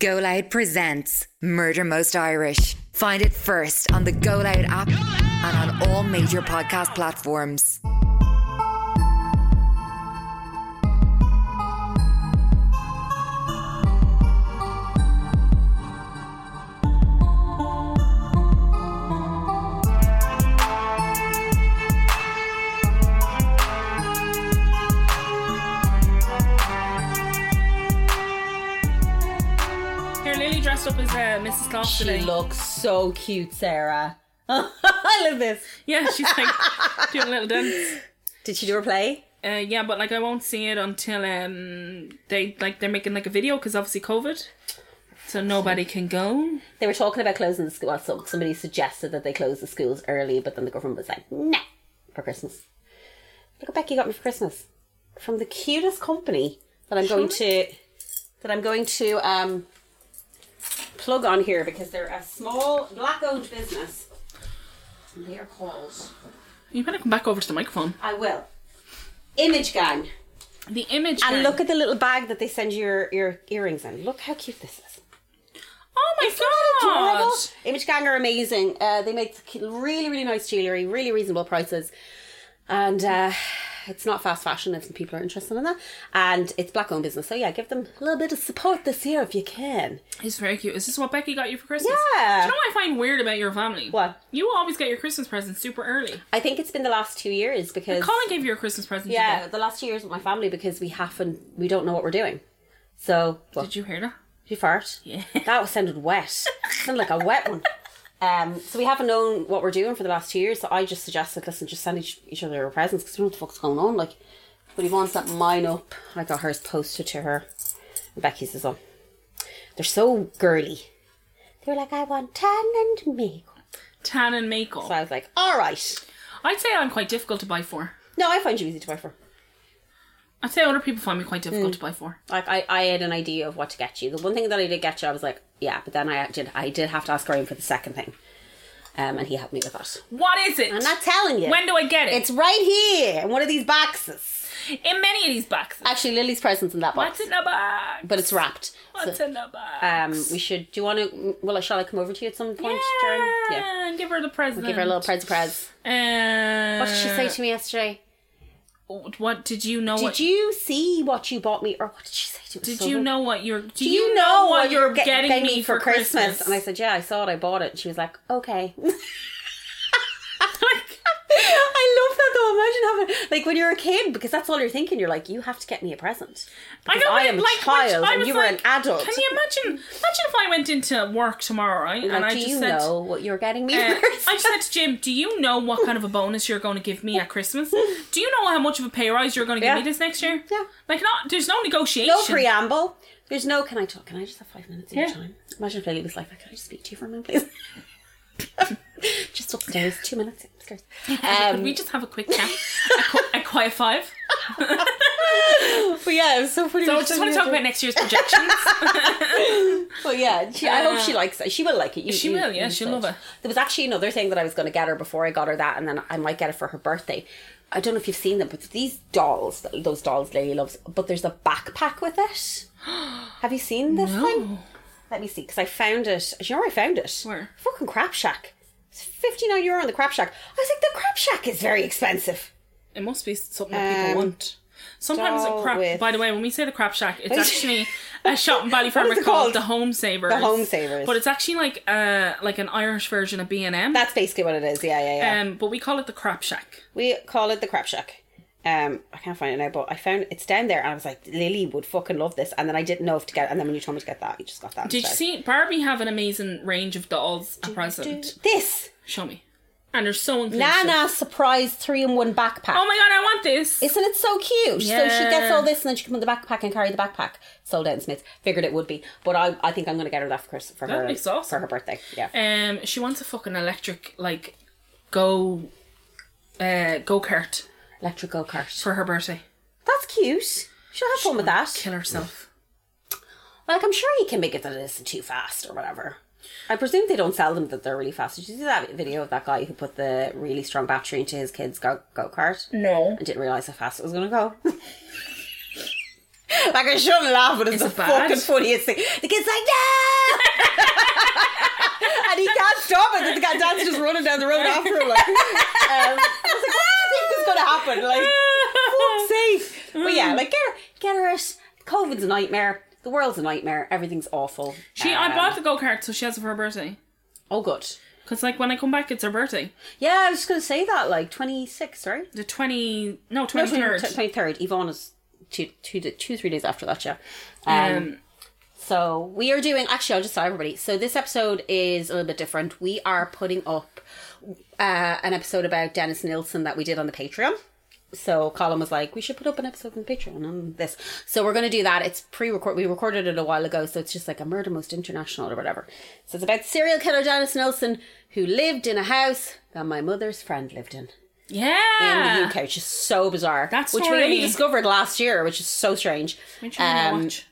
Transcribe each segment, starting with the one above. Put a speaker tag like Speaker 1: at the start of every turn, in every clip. Speaker 1: Go Loud presents Murder Most Irish. Find it first on the Go Loud app and on all major podcast platforms.
Speaker 2: Here, Lily dressed up as uh, Mrs. Clough
Speaker 3: She
Speaker 2: today.
Speaker 3: looks so cute, Sarah. I love this.
Speaker 2: yeah, she's like doing a little dance.
Speaker 3: Did she do her play?
Speaker 2: Uh, yeah, but like I won't see it until um they like they're making like a video because obviously COVID, so nobody can go.
Speaker 3: They were talking about closing the school. Well, some, somebody suggested that they close the schools early, but then the government was like, "No, for Christmas." Look at Becky got me for Christmas from the cutest company that I'm going to that I'm going to um, plug on here because they're a small black-owned business. And they are called.
Speaker 2: You better come back over to the microphone.
Speaker 3: I will. Image Gang.
Speaker 2: The image.
Speaker 3: And
Speaker 2: gang.
Speaker 3: look at the little bag that they send your your earrings in. Look how cute this is.
Speaker 2: Oh my god!
Speaker 3: adorable. Image Gang are amazing. Uh, they make really, really nice jewellery, really reasonable prices. And uh, it's not fast fashion if people are interested in that. And it's black owned business. So, yeah, give them a little bit of support this year if you can.
Speaker 2: It's very cute. Is this what Becky got you for Christmas? Do
Speaker 3: Yeah.
Speaker 2: you know what I find weird about your family?
Speaker 3: What?
Speaker 2: You always get your Christmas presents super early.
Speaker 3: I think it's been the last two years because.
Speaker 2: Colin gave you a Christmas present.
Speaker 3: yeah,
Speaker 2: Today.
Speaker 3: the last two years with my family because we haven't, we don't know what we're doing. So, well,
Speaker 2: Did you hear that?
Speaker 3: Did you fart?
Speaker 2: Yeah.
Speaker 3: That was sounded wet. sounded like a wet one. Um, so we haven't known what we're doing for the last two years. So I just suggested, listen, just send each, each other our presents because we don't know what the fuck's going on. Like, but he wants that mine up. I got hers posted to her. And Becky's is on. They're so girly. They were like, I want tan and makeup.
Speaker 2: Tan and makeup.
Speaker 3: So I was like, all right.
Speaker 2: I'd say I'm quite difficult to buy for.
Speaker 3: No, I find you easy to buy for.
Speaker 2: I'd say other people find me quite difficult to
Speaker 3: Hmm.
Speaker 2: buy for.
Speaker 3: Like I, I had an idea of what to get you. The one thing that I did get you, I was like, yeah, but then I did I did have to ask Graham for the second thing. Um, and he helped me with that.
Speaker 2: What is it?
Speaker 3: I'm not telling you.
Speaker 2: When do I get it?
Speaker 3: It's right here in one of these boxes.
Speaker 2: in many of these boxes.
Speaker 3: Actually, Lily's presents in that box,
Speaker 2: What's in the box?
Speaker 3: but it's wrapped.
Speaker 2: What's in the box?
Speaker 3: Um, we should. Do you want to? Well, shall I come over to you at some point? During,
Speaker 2: yeah,
Speaker 3: yeah.
Speaker 2: and give her the present.
Speaker 3: Give her a little prez prez.
Speaker 2: Uh,
Speaker 3: What did she say to me yesterday?
Speaker 2: What did you know?
Speaker 3: Did
Speaker 2: what,
Speaker 3: you see what you bought me, or what did she say to me?
Speaker 2: Did you know what you're? Do,
Speaker 3: Do you know
Speaker 2: what you're
Speaker 3: get-
Speaker 2: getting,
Speaker 3: getting
Speaker 2: me for Christmas?
Speaker 3: And I said, yeah, I saw it. I bought it. And she was like, okay.
Speaker 2: like,
Speaker 3: I love that though. Imagine having like when you're a kid, because that's all you're thinking. You're like, you have to get me a present.
Speaker 2: I
Speaker 3: Because
Speaker 2: know.
Speaker 3: I
Speaker 2: but,
Speaker 3: am a
Speaker 2: like,
Speaker 3: child
Speaker 2: when I
Speaker 3: and
Speaker 2: was
Speaker 3: you were an
Speaker 2: like,
Speaker 3: adult.
Speaker 2: Can you imagine? Imagine if I went into work tomorrow, right?
Speaker 3: Like,
Speaker 2: and I
Speaker 3: do
Speaker 2: just
Speaker 3: you
Speaker 2: said,
Speaker 3: know what you're getting me?
Speaker 2: uh,
Speaker 3: first?
Speaker 2: I just said to Jim, "Do you know what kind of a bonus you're going to give me at Christmas? Do you know how much of a pay rise you're going to give
Speaker 3: Yeah.
Speaker 2: me this next year?
Speaker 3: Yeah.
Speaker 2: Like, not there's no negotiation.
Speaker 3: no preamble. There's no. Can I talk? Can I just have five minutes of your
Speaker 2: Yeah.
Speaker 3: time? Imagine if Lily was like, that. "Can I just speak to you for a moment, please?" just upstairs, two minutes upstairs.
Speaker 2: Could
Speaker 3: Um,
Speaker 2: we just have a quick chat? a, qu- a quiet five.
Speaker 3: but yeah, it was so funny.
Speaker 2: So I just want to talk about next year's projections.
Speaker 3: But yeah, she, I hope she likes it. She will like it. You,
Speaker 2: Uh, She
Speaker 3: you-
Speaker 2: will, yeah,
Speaker 3: you
Speaker 2: she'll
Speaker 3: said.
Speaker 2: love it.
Speaker 3: There was actually another thing that I was going to get her before I got her that, and then I might get it for her birthday. I don't know if you've seen them, but these dolls, those dolls Lily loves, but there's a backpack with it. Have you seen this thing? Let me see, because I found it. Do you know where I found it?
Speaker 2: Where?
Speaker 3: Fucking Crap Shack. It's 59 euro in the Crap Shack. I was like, the Crap Shack is very expensive.
Speaker 2: It must be something that
Speaker 3: Um,
Speaker 2: people want. Sometimes a
Speaker 3: doll
Speaker 2: crap.
Speaker 3: with-
Speaker 2: By the way, when we say the crap shack, it's actually a shop in
Speaker 3: is
Speaker 2: Ballyfermot called,
Speaker 3: it called?
Speaker 2: the Home Savers.
Speaker 3: The Home Savers.
Speaker 2: But it's actually like uh like an Irish version of B and M.
Speaker 3: That's basically what it is. Yeah, yeah, yeah.
Speaker 2: Um, but we call it the crap shack.
Speaker 3: We call it the crap shack. Um, I can't find it now, but I found it's down there, and I was like, Lily would fucking love this, and then I didn't know if to get, and then when you told me to get that, you just got that.
Speaker 2: Did you
Speaker 3: instead.
Speaker 2: see Barbie have an amazing range of dolls at present?
Speaker 3: this
Speaker 2: Show me. And they're so inclusive.
Speaker 3: Nana surprise three in one backpack?
Speaker 2: Oh my god, I want this.
Speaker 3: Isn't it so cute? So she gets
Speaker 2: Yeah.
Speaker 3: all this, and then she can put the backpack and carry the backpack. Sold out in Smiths. Figured it would be, but I, I think I'm gonna get her that for Chris, for
Speaker 2: That'd
Speaker 3: her
Speaker 2: be awesome.
Speaker 3: for her birthday. Yeah.
Speaker 2: Um, she wants a fucking electric like go uh go kart
Speaker 3: Electric go kart.
Speaker 2: for her birthday.
Speaker 3: That's cute. She'll have fun with that.
Speaker 2: Kill herself.
Speaker 3: Like I'm sure you can make it that it isn't too fast or whatever. I presume they don't sell them that they're really fast. Did you see that video of that guy who put the really strong battery into his kid's go go kart
Speaker 2: No.
Speaker 3: and didn't realize how fast it was going to go? Like I shouldn't laugh, but it's
Speaker 2: Is
Speaker 3: the
Speaker 2: it bad?
Speaker 3: fucking funniest thing. The kid's like, no, and he can't stop it. The guy dad's just running down the road after him. Like, um, I was like, what do you think is going to happen? Like, fuck's sake. But yeah, like get her, get her. out. COVID's a nightmare. The world's a nightmare. Everything's awful.
Speaker 2: She, I
Speaker 3: Um,
Speaker 2: bought the go kart, so she has it for her birthday.
Speaker 3: Oh, good.
Speaker 2: Cause like when I come back, it's her birthday,
Speaker 3: Yeah, I was just going to say that. Like twenty six, right?
Speaker 2: the twenty, no,
Speaker 3: No,
Speaker 2: twenty third.
Speaker 3: twenty third. Yvonne is two, two, two, three days after that. Yeah. um,
Speaker 2: Um,
Speaker 3: So we are doing. Actually, I'll just tell everybody. So this episode is a little bit different. We are putting up uh, an episode about Dennis Nilsson that we did on the Patreon. So Colin was like, "We should put up an episode on Patreon on this." So we're going to do that. It's pre-record. We recorded it a while ago, so it's just like a murder most international or whatever. So it's about serial killer Dennis Nilsson who lived in a house that my mother's friend lived in in the
Speaker 2: yeah,
Speaker 3: UK, which is so bizarre.
Speaker 2: That
Speaker 3: which we only
Speaker 2: story-
Speaker 3: discovered last year, which is so strange.
Speaker 2: Which one do you
Speaker 3: Um,
Speaker 2: watch?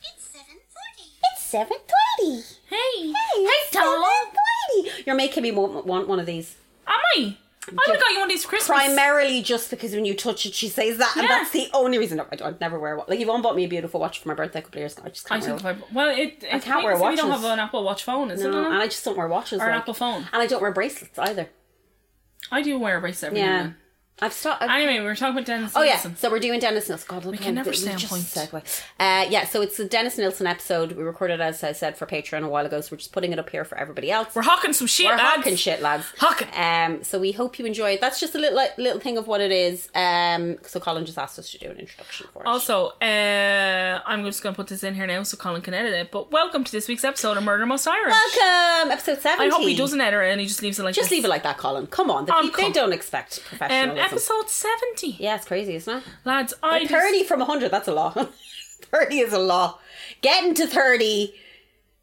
Speaker 3: It's seven thirty.
Speaker 2: Hey,
Speaker 3: Hey, Tom. You're making me want, want one of these.
Speaker 2: am I? I would have got you one of these for Christmas.
Speaker 3: Primarily just because when you touch it, she says that, and
Speaker 2: Yeah.
Speaker 3: that's the only reason I don't I'd never wear one. Like Yvonne bought me a beautiful watch for my birthday a couple of years ago. I just
Speaker 2: I
Speaker 3: can't wear
Speaker 2: took
Speaker 3: it.
Speaker 2: the vibe. Well, it, I
Speaker 3: can't wear
Speaker 2: We don't
Speaker 3: watches.
Speaker 2: have an Apple Watch phone, is
Speaker 3: No,
Speaker 2: it?
Speaker 3: and
Speaker 2: Anna?
Speaker 3: I just don't wear watches
Speaker 2: Or an
Speaker 3: like-
Speaker 2: Apple phone.
Speaker 3: and I don't wear bracelets either.
Speaker 2: I do wear a bracelet every now and
Speaker 3: Yeah,
Speaker 2: then.
Speaker 3: I've stopped.
Speaker 2: Anyway, we were talking about Dennis.
Speaker 3: Oh yeah,
Speaker 2: Wilson.
Speaker 3: so we're doing Dennis Nilsson. God, look, we
Speaker 2: can never stay on point.
Speaker 3: Segue. Uh, yeah, so it's the Dennis Nilsson episode. We recorded, as I said, for Patreon a while ago, so we're just putting it up here for everybody else.
Speaker 2: We're hawking some shit,
Speaker 3: We're
Speaker 2: lads.
Speaker 3: hawking shit, lads.
Speaker 2: Hawking.
Speaker 3: Um, so we hope you enjoy it. That's just a little like, little thing of what it is. Um, so Colin just asked us to do an introduction for it.
Speaker 2: Also, uh, I'm just going to put this in here now so Colin can edit it. But welcome to this week's episode of Murder Most Irish.
Speaker 3: welcome, episode
Speaker 2: I
Speaker 3: seventeen.
Speaker 2: hope he doesn't edit it and he just leaves it like
Speaker 3: Just
Speaker 2: this.
Speaker 3: leave it like that, Colin. Come on, the
Speaker 2: Um,
Speaker 3: people, they
Speaker 2: come-
Speaker 3: don't expect professionalism.
Speaker 2: Um, episode 70.
Speaker 3: yeah, it's crazy, isn't it?
Speaker 2: Lads, I just-
Speaker 3: Thirty from hundred. That's a lot. thirty is a lot. Getting to thirty,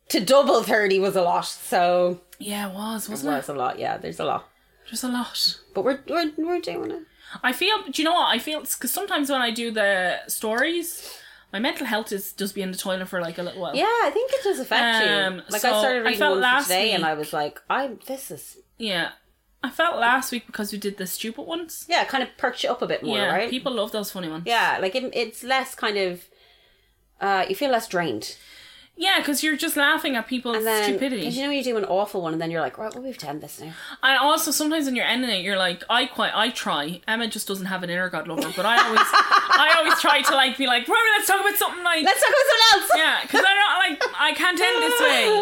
Speaker 3: to double thirty was a lot. So
Speaker 2: Yeah, it was, wasn't it?
Speaker 3: that's a lot. Yeah, there's a lot.
Speaker 2: There's a lot.
Speaker 3: But we're we're, we're doing it.
Speaker 2: I feel, do you know what? I feel, because sometimes when I do the stories, my mental health is does be in the toilet for like a little while.
Speaker 3: Yeah, I think it does affect
Speaker 2: Um,
Speaker 3: you. Like I
Speaker 2: so
Speaker 3: started
Speaker 2: I
Speaker 3: reading
Speaker 2: felt
Speaker 3: one for
Speaker 2: last
Speaker 3: today, and
Speaker 2: week-
Speaker 3: I was like, I'm this is
Speaker 2: Yeah. I felt last week because we did the stupid ones.
Speaker 3: yeah, it kind of perks you up a bit more,
Speaker 2: yeah,
Speaker 3: right?
Speaker 2: people love those funny ones.
Speaker 3: yeah, like it, it's less kind of. Uh, you feel less drained,
Speaker 2: Yeah, because you're just laughing at people's
Speaker 3: and then mhm.
Speaker 2: stupidity.
Speaker 3: 'cause you know when you do an awful one, and then you're like, right, well, we've done this now.
Speaker 2: And also sometimes when you're ending it, you're like, I quite, I try. Emma just doesn't have an inner god lover, but I always, I always try to like be like, right, let's talk about something like,
Speaker 3: Let's talk about something else.
Speaker 2: yeah, because I don't like, I can't end this way.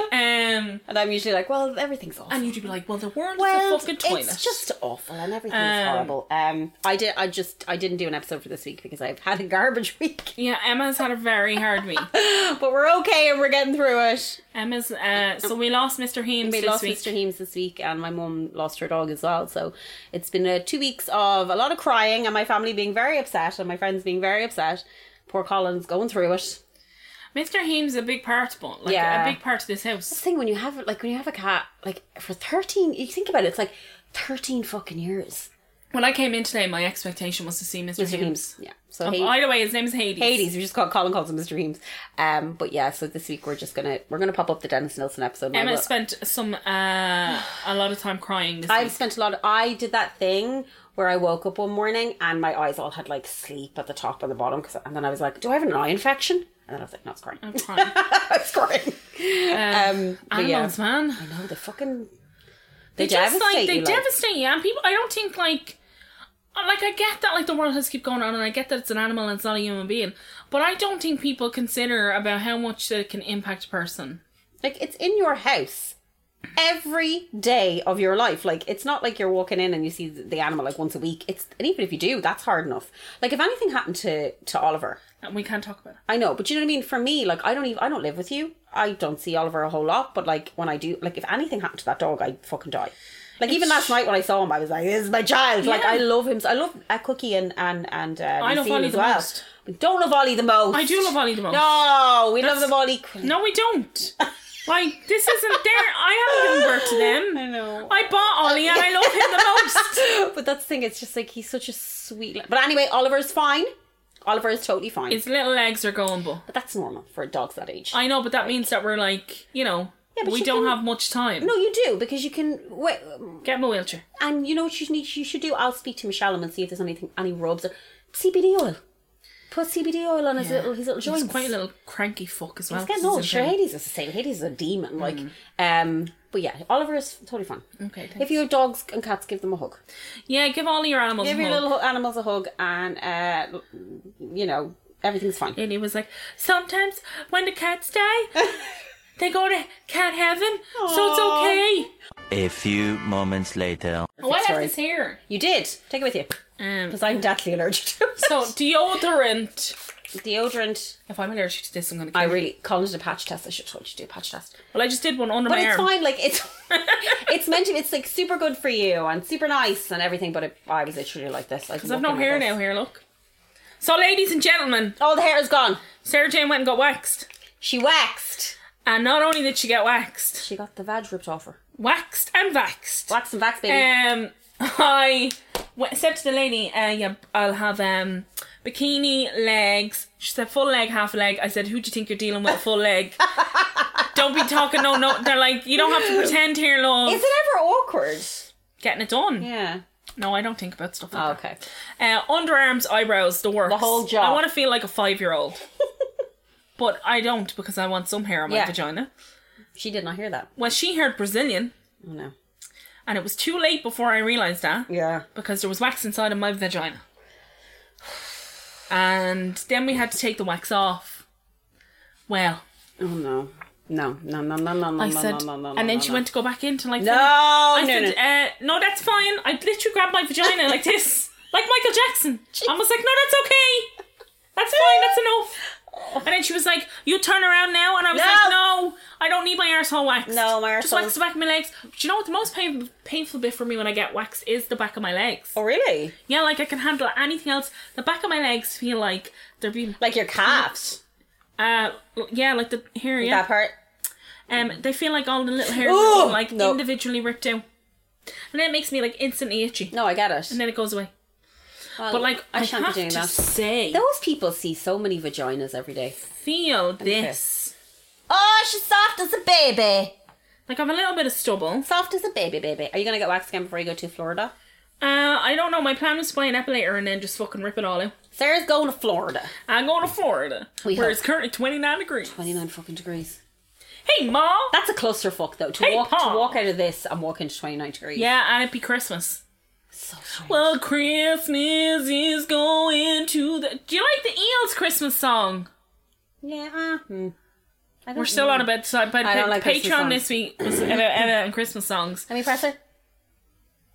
Speaker 2: Um,
Speaker 3: And I'm usually like, well, everything's awful.
Speaker 2: and you'd be like, well, the world's
Speaker 3: well,
Speaker 2: a fucking toilet.
Speaker 3: it's just awful, and everything's
Speaker 2: Um,
Speaker 3: horrible. Um, I did, I just, I didn't do an episode for this week because I've had a garbage week.
Speaker 2: yeah, Emma's had a very hard week.
Speaker 3: But we're okay, and we're getting through it.
Speaker 2: Emma's, uh, so we lost Mr. Heames
Speaker 3: We
Speaker 2: this
Speaker 3: lost
Speaker 2: week.
Speaker 3: Mr. Heames this week, and my mum lost her dog as well. So it's been uh, two weeks of a lot of crying, and my family being very upset, and my friends being very upset. Poor Colin's going through it.
Speaker 2: Mr. Heames is a big part, but like
Speaker 3: Yeah.
Speaker 2: a big part of this house.
Speaker 3: thing when you have like when you have a cat, like for thirteen, you think about it, it's like thirteen fucking years.
Speaker 2: When I came in today, my expectation was to see Mr.
Speaker 3: Mr. Heames,
Speaker 2: Heames.
Speaker 3: yeah. So
Speaker 2: Um,
Speaker 3: Hay-
Speaker 2: Either way, his name is Hades.
Speaker 3: Hades, we just call Colin calls him Mr. Heames. Um, but yeah, so this week we're just gonna we're gonna pop up the Dennis Nilsson episode. and I
Speaker 2: Emma
Speaker 3: will-
Speaker 2: spent some uh, a lot of time crying this
Speaker 3: I've
Speaker 2: week.
Speaker 3: spent a lot. Of, I did that thing where I woke up one morning and my eyes all had like sleep at the top and the bottom. 'cause- and then I was like, "Do I have an eye infection?" And then I was like, "No, it's crying.
Speaker 2: I'm crying.
Speaker 3: it's crying." Um, but yeah,
Speaker 2: Animals, man.
Speaker 3: no, they fucking they,
Speaker 2: They just
Speaker 3: devastate
Speaker 2: like they
Speaker 3: you. like.
Speaker 2: devastate you. And people, I don't think like, uh, like I get that like the world has to keep going on, and I get that it's an animal and it's not a human being, but I don't think people consider about how much that it can impact a person.
Speaker 3: Like it's in your house every day of your life. Like it's not like you're walking in and you see the animal like once a week. It's and even if you do, that's hard enough. Like if anything happened to to Oliver,
Speaker 2: And we can't talk about it.
Speaker 3: I know, but you know what I mean. For me, like I don't even I don't live with you. I don't see Oliver a whole lot, but like when I do, like if anything happened to that dog, I fucking die. Like even last night when I saw him, I was like, "This is my child." Like
Speaker 2: Yeah.
Speaker 3: I love him. I love uh, Cookie and and and uh, I
Speaker 2: love Ollie
Speaker 3: as
Speaker 2: the
Speaker 3: well.
Speaker 2: most.
Speaker 3: We don't love Ollie the most.
Speaker 2: I do love Ollie the most.
Speaker 3: No, we love them all equally.
Speaker 2: No, we don't. like this isn't there. I haven't given birth to them.
Speaker 3: I know.
Speaker 2: I bought Ollie, and I love him the most.
Speaker 3: but that's the thing. It's just like he's such a sweet. li- But anyway, Oliver's fine. Oliver is totally fine.
Speaker 2: His little legs are going, but
Speaker 3: but that's normal for dogs that age.
Speaker 2: I know, but that means that we're like, you know,
Speaker 3: but
Speaker 2: we
Speaker 3: you
Speaker 2: don't
Speaker 3: can-
Speaker 2: have much time.
Speaker 3: no, you do because you can wait.
Speaker 2: Get him a wheelchair.
Speaker 3: And you know what you need? You should do. I'll speak to Michelle and see if there's anything any rubs or CBD oil. put CBD oil on his little his little joints.
Speaker 2: He's quite a little cranky fuck as well.
Speaker 3: He's getting
Speaker 2: 'cause
Speaker 3: old.
Speaker 2: in
Speaker 3: Sure,
Speaker 2: bed.
Speaker 3: Hades is the same. Hades is a
Speaker 2: Mm.
Speaker 3: demon. Like, um, but yeah, Oliver is totally fine.
Speaker 2: Okay. thanks.
Speaker 3: If your dogs and cats, give them a hug.
Speaker 2: yeah, give all your animals.
Speaker 3: Give
Speaker 2: a
Speaker 3: your
Speaker 2: hug.
Speaker 3: little hu- animals a hug, and uh, you know everything's fine.
Speaker 2: And he was like, sometimes when the cats die, they go to cat heaven, so it's
Speaker 3: Aw.
Speaker 2: okay.
Speaker 4: A few moments later.
Speaker 2: Oh, I left
Speaker 3: story.
Speaker 2: this here.
Speaker 3: You did take it with you
Speaker 2: Um,
Speaker 3: because I'm deathly allergic to it.
Speaker 2: so deodorant.
Speaker 3: deodorant.
Speaker 2: If I'm allergic to this, I'm gonna. Kill
Speaker 3: I
Speaker 2: you.
Speaker 3: really Colin did a patch test. I should have told you to do a patch test.
Speaker 2: Well, I just did one under
Speaker 3: But
Speaker 2: my
Speaker 3: it's
Speaker 2: arm.
Speaker 3: fine. Like it's it's meant to. It's like super good for you and super nice and everything. But it, I was literally like this. Because
Speaker 2: I have no hair now. Here, look. So, ladies and gentlemen,
Speaker 3: All Oh, the hair is gone.
Speaker 2: Sarah Jane went and got waxed,
Speaker 3: She waxed.
Speaker 2: and not only did she get waxed,
Speaker 3: She got the vag ripped off her.
Speaker 2: waxed and vaxed.
Speaker 3: Wax and vax, baby.
Speaker 2: Um, I went, said to the lady, uh, yeah, I'll have um bikini legs. She said full leg, half leg. I said, who do you think you're dealing with? Full leg. don't be talking. No, no. They're like, you don't have to pretend here, love.
Speaker 3: Is it ever awkward?
Speaker 2: Getting it done.
Speaker 3: Yeah.
Speaker 2: No, I don't think about stuff like
Speaker 3: Oh,
Speaker 2: that.
Speaker 3: okay.
Speaker 2: Uh, underarms, eyebrows, the works.
Speaker 3: The whole job.
Speaker 2: I want to feel like a five year old. but I don't because I want some hair on my
Speaker 3: Yeah.
Speaker 2: vagina.
Speaker 3: She did not hear that.
Speaker 2: Well, she heard Brazilian,
Speaker 3: Oh, no.
Speaker 2: and it was too late before I realised that
Speaker 3: Yeah.
Speaker 2: because there was wax inside of my vagina. And then we had to take the wax off. Well,
Speaker 3: Oh no. No, no, no, no, no, no,
Speaker 2: I
Speaker 3: no,
Speaker 2: said,
Speaker 3: no, no, no,
Speaker 2: and then
Speaker 3: no,
Speaker 2: she
Speaker 3: no.
Speaker 2: went to go back in to like.
Speaker 3: No,
Speaker 2: finish. I
Speaker 3: no,
Speaker 2: said, Uh, no, that's fine. I literally grabbed my vagina like this, like Michael Jackson. I was like, no, that's okay. That's fine. That's enough. And then she was like, you turn around now. And I was
Speaker 3: No.
Speaker 2: like, no, I don't need my arsehole waxed.
Speaker 3: No, my
Speaker 2: Just wax
Speaker 3: arsehole's-
Speaker 2: the back of my legs. Do you know what the most pain- painful bit for me when I get waxed is the back of my legs?
Speaker 3: Oh really?
Speaker 2: Yeah, like I can handle anything else. The back of my legs feel like they're being
Speaker 3: Like your calves.
Speaker 2: uh yeah, like the here yeah.
Speaker 3: That part.
Speaker 2: Um they feel like all the little hairs
Speaker 3: Ooh!
Speaker 2: are being, like
Speaker 3: No.
Speaker 2: individually ripped out. And then it makes me like instantly itchy.
Speaker 3: No, I get it.
Speaker 2: And then it goes away.
Speaker 3: Well,
Speaker 2: But like I,
Speaker 3: I shan't
Speaker 2: have
Speaker 3: be doing
Speaker 2: to
Speaker 3: that.
Speaker 2: say
Speaker 3: Those people see so many vaginas every day.
Speaker 2: feel this.
Speaker 3: Oh, she's soft as a baby.
Speaker 2: Like I've a little bit of stubble.
Speaker 3: Soft as a baby, baby. Are you gonna get waxed again before you go to Florida?
Speaker 2: Uh I don't know, my plan was to buy an epilator and then just fucking rip it all out.
Speaker 3: Sarah's going to Florida.
Speaker 2: I'm going to Florida.
Speaker 3: We
Speaker 2: where
Speaker 3: hope.
Speaker 2: it's currently twenty nine degrees.
Speaker 3: Twenty nine fucking degrees.
Speaker 2: Hey Ma
Speaker 3: That's a clusterfuck though. To
Speaker 2: Hey,
Speaker 3: walk
Speaker 2: Paul.
Speaker 3: to walk out of this and walk into twenty nine degrees.
Speaker 2: Yeah, and it'd be Christmas.
Speaker 3: So strange.
Speaker 2: Well, Christmas is going to the. Do you like the Eels Christmas song?
Speaker 3: yeah. uh, hmm. I don't
Speaker 2: We're still
Speaker 3: know.
Speaker 2: on about so, but
Speaker 3: Mm. I don't
Speaker 2: pa-
Speaker 3: like Christmas
Speaker 2: Patreon
Speaker 3: songs.
Speaker 2: this week was about Emma and Christmas songs.
Speaker 3: Let me press her.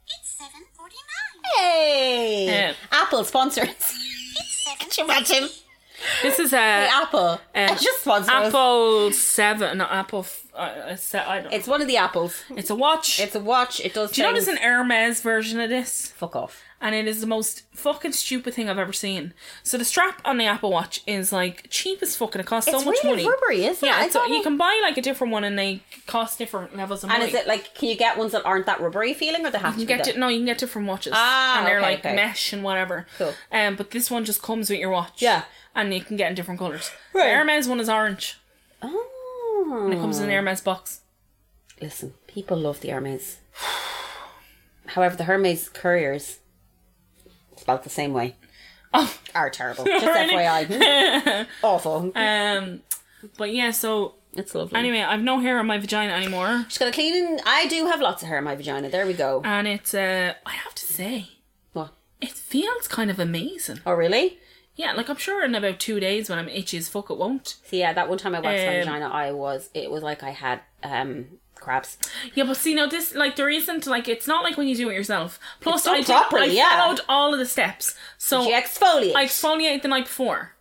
Speaker 5: It's 7.49.
Speaker 3: Hey!
Speaker 2: Yeah.
Speaker 3: Apple sponsors.
Speaker 5: It's
Speaker 3: Can you
Speaker 5: 7.49.
Speaker 3: imagine?
Speaker 2: This is a
Speaker 3: Apple.
Speaker 2: uh,
Speaker 3: It's just sponsors.
Speaker 2: Apple Seven, no Apple. F- uh, uh, se- I don't. It's,
Speaker 3: It's one of the apples.
Speaker 2: it's a watch.
Speaker 3: It's a watch. It does.
Speaker 2: Do you know there's
Speaker 3: things.
Speaker 2: an Hermes version of this?
Speaker 3: Fuck off.
Speaker 2: And it is the most fucking stupid thing I've ever seen. So the strap on the Apple Watch is like cheap as fucking. It costs
Speaker 3: it's
Speaker 2: so much
Speaker 3: really
Speaker 2: money.
Speaker 3: rubbery, isn't it?
Speaker 2: Yeah,
Speaker 3: I
Speaker 2: so
Speaker 3: don't
Speaker 2: you
Speaker 3: know.
Speaker 2: can buy like a different one and they cost different levels of
Speaker 3: And
Speaker 2: money.
Speaker 3: is it like? Can you get ones that aren't that rubbery feeling, or they have
Speaker 2: You
Speaker 3: to be
Speaker 2: get
Speaker 3: that-
Speaker 2: it? No, you can get different watches,
Speaker 3: Ah,
Speaker 2: and they're
Speaker 3: okay,
Speaker 2: like
Speaker 3: okay.
Speaker 2: mesh and whatever.
Speaker 3: Cool.
Speaker 2: Um, but this one just comes with your watch.
Speaker 3: Yeah.
Speaker 2: and you can get in different colors.
Speaker 3: Right.
Speaker 2: The Hermes one is orange.
Speaker 3: Oh.
Speaker 2: It comes in the Hermes box.
Speaker 3: Listen, people love the Hermes. However, the Hermes couriers, spelled the same way,
Speaker 2: Oh,
Speaker 3: are terrible. Just
Speaker 2: Really?
Speaker 3: FYI, awful.
Speaker 2: um, but yeah. So
Speaker 3: it's lovely.
Speaker 2: anyway, I've no hair on my vagina anymore,
Speaker 3: Just gotta clean. and- I do have lots of hair in my vagina. There we go.
Speaker 2: and it's uh, I have to say,
Speaker 3: What?
Speaker 2: it feels kind of amazing.
Speaker 3: Oh really?
Speaker 2: Yeah, like I'm sure in about two days when I'm itchy as fuck, it won't.
Speaker 3: So yeah, that one time I waxed my
Speaker 2: Um,
Speaker 3: vagina, I was it was like I had um crabs.
Speaker 2: Yeah, but see now this like there isn't like it's not like when you do it yourself. Plus,
Speaker 3: done
Speaker 2: I did,
Speaker 3: properly,
Speaker 2: I
Speaker 3: yeah.
Speaker 2: followed all of the steps. So
Speaker 3: She exfoliates.
Speaker 2: Oh, I exfoliate the night before.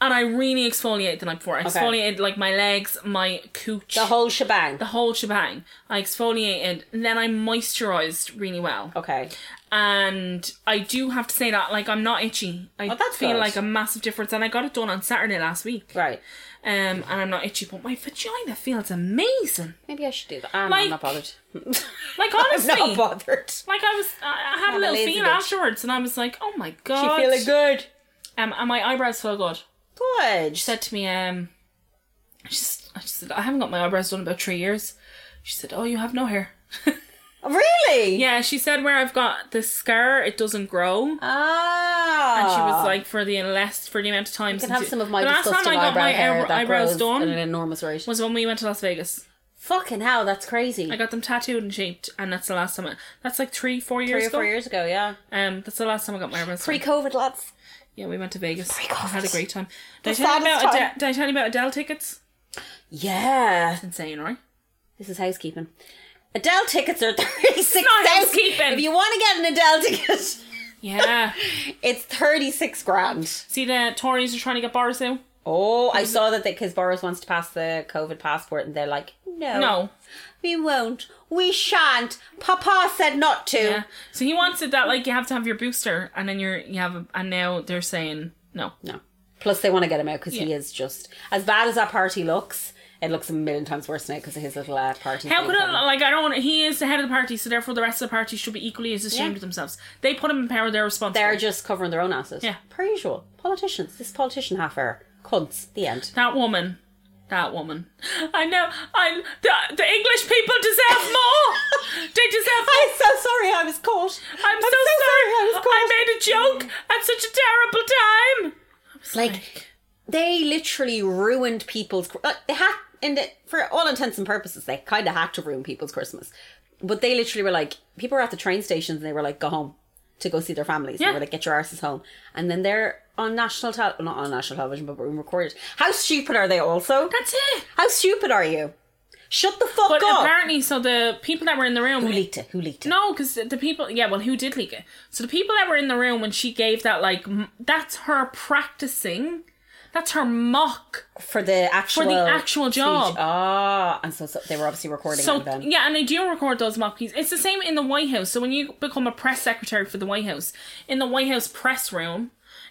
Speaker 2: And I really exfoliate the night before. I exfoliated like my legs, my cooch,
Speaker 3: the whole shebang.
Speaker 2: the whole shebang. I exfoliated, and then I moisturized really well.
Speaker 3: okay.
Speaker 2: And I do have to say that, like, I'm not itchy. I
Speaker 3: Oh, that's
Speaker 2: feel
Speaker 3: good.
Speaker 2: like a massive difference, and I got it done on Saturday last week.
Speaker 3: Right.
Speaker 2: Um, and I'm not itchy, but my vagina feels amazing.
Speaker 3: Maybe I should do that. Ah, no,
Speaker 2: Like-
Speaker 3: I'm not bothered.
Speaker 2: Like
Speaker 3: I'm
Speaker 2: honestly,
Speaker 3: not bothered.
Speaker 2: like I was, I I had a
Speaker 3: I'm a
Speaker 2: little
Speaker 3: lazy
Speaker 2: feel
Speaker 3: bitch.
Speaker 2: afterwards, and I was like, oh my god,
Speaker 3: She feeling good.
Speaker 2: Um, and my eyebrows feel good.
Speaker 3: Good. She
Speaker 2: said to me, um, she, s- I just said, I haven't got my eyebrows done in about three years. She said, Oh, you have no hair.
Speaker 3: Really?
Speaker 2: Yeah, she said where I've got the scar, it doesn't grow.
Speaker 3: Ah.
Speaker 2: And she was like, for the less for the amount of time.
Speaker 3: you can
Speaker 2: since
Speaker 3: have
Speaker 2: you-
Speaker 3: some of my
Speaker 2: the last time
Speaker 3: disgusting
Speaker 2: I got
Speaker 3: eyebrow
Speaker 2: my
Speaker 3: hair
Speaker 2: eyebrow-
Speaker 3: that
Speaker 2: eyebrows
Speaker 3: grows at an
Speaker 2: done
Speaker 3: enormous rate.
Speaker 2: was when we went to Las Vegas.
Speaker 3: Fucking hell, that's crazy.
Speaker 2: I got them tattooed and shaped, and that's the last time. I, that's like three, four years
Speaker 3: Three or
Speaker 2: ago.
Speaker 3: four years ago, yeah.
Speaker 2: Um, that's the last time I got my eyebrows. done.
Speaker 3: Pre-COVID, lads.
Speaker 2: Yeah, we went to Vegas. I had a
Speaker 3: God.
Speaker 2: great time. Did
Speaker 3: The
Speaker 2: I tell you
Speaker 3: saddest
Speaker 2: about Adele,
Speaker 3: time.
Speaker 2: did I tell you about Adele tickets?
Speaker 3: Yeah.
Speaker 2: Insane, right?
Speaker 3: This is housekeeping. Adele tickets are thirty six.
Speaker 2: not housekeeping.
Speaker 3: If you want to get an Adele ticket,
Speaker 2: Yeah.
Speaker 3: it's thirty six grand.
Speaker 2: See the Tories are trying to get Boris out.
Speaker 3: Oh, I saw that because Boris wants to pass the COVID passport, and they're like, no,
Speaker 2: No.
Speaker 3: we won't, we shan't. Papa said not to.
Speaker 2: Yeah. So he wants it that like you have to have your booster, and then you're you have, a, and now they're saying no.
Speaker 3: No. Plus, they want to get him out because he
Speaker 2: Yeah.
Speaker 3: is just as bad as that party looks. It looks a million times worse now because of his little uh, party.
Speaker 2: How
Speaker 3: thing
Speaker 2: could
Speaker 3: going
Speaker 2: it,
Speaker 3: on.
Speaker 2: like I don't want to, he is the head of the party, so therefore the rest of the party should be equally as ashamed
Speaker 3: Yeah.
Speaker 2: of themselves. They put him in power, they're responsible.
Speaker 3: They're just covering their own asses.
Speaker 2: Yeah.
Speaker 3: Per usual. Politicians. This politician half hour. Cunts. The end.
Speaker 2: that woman. That woman. I know. I the, the English people deserve more. they deserve
Speaker 3: I'm
Speaker 2: more.
Speaker 3: so sorry I was caught.
Speaker 2: I'm, so, sorry.
Speaker 3: I was caught.
Speaker 2: made a joke at such a terrible time.
Speaker 3: Like, they literally ruined people's. Like, they had, in the, for all intents and purposes, they kind of had to ruin people's Christmas. But they literally were like, people were at the train stations and they were like, go home to go see their families.
Speaker 2: Yeah.
Speaker 3: They were like, get your arses home. And then they're on national television, not on national television, but being recorded. How stupid are they also?
Speaker 2: That's it.
Speaker 3: How stupid are you? Shut the fuck
Speaker 2: But
Speaker 3: up.
Speaker 2: apparently, so the people that were in the room.
Speaker 3: who leaked it? Who leaked it?
Speaker 2: No, because the people, yeah, well, who did leak it? So the people that were in the room when she gave that, like, m- that's her practicing. That's her mock.
Speaker 3: for the actual
Speaker 2: actual job.
Speaker 3: Ah, and so, so they were obviously recording
Speaker 2: So
Speaker 3: it then.
Speaker 2: yeah, and I do record those mockies. It's the same in the White House. So when you become a press secretary for the White House, in the White House press room,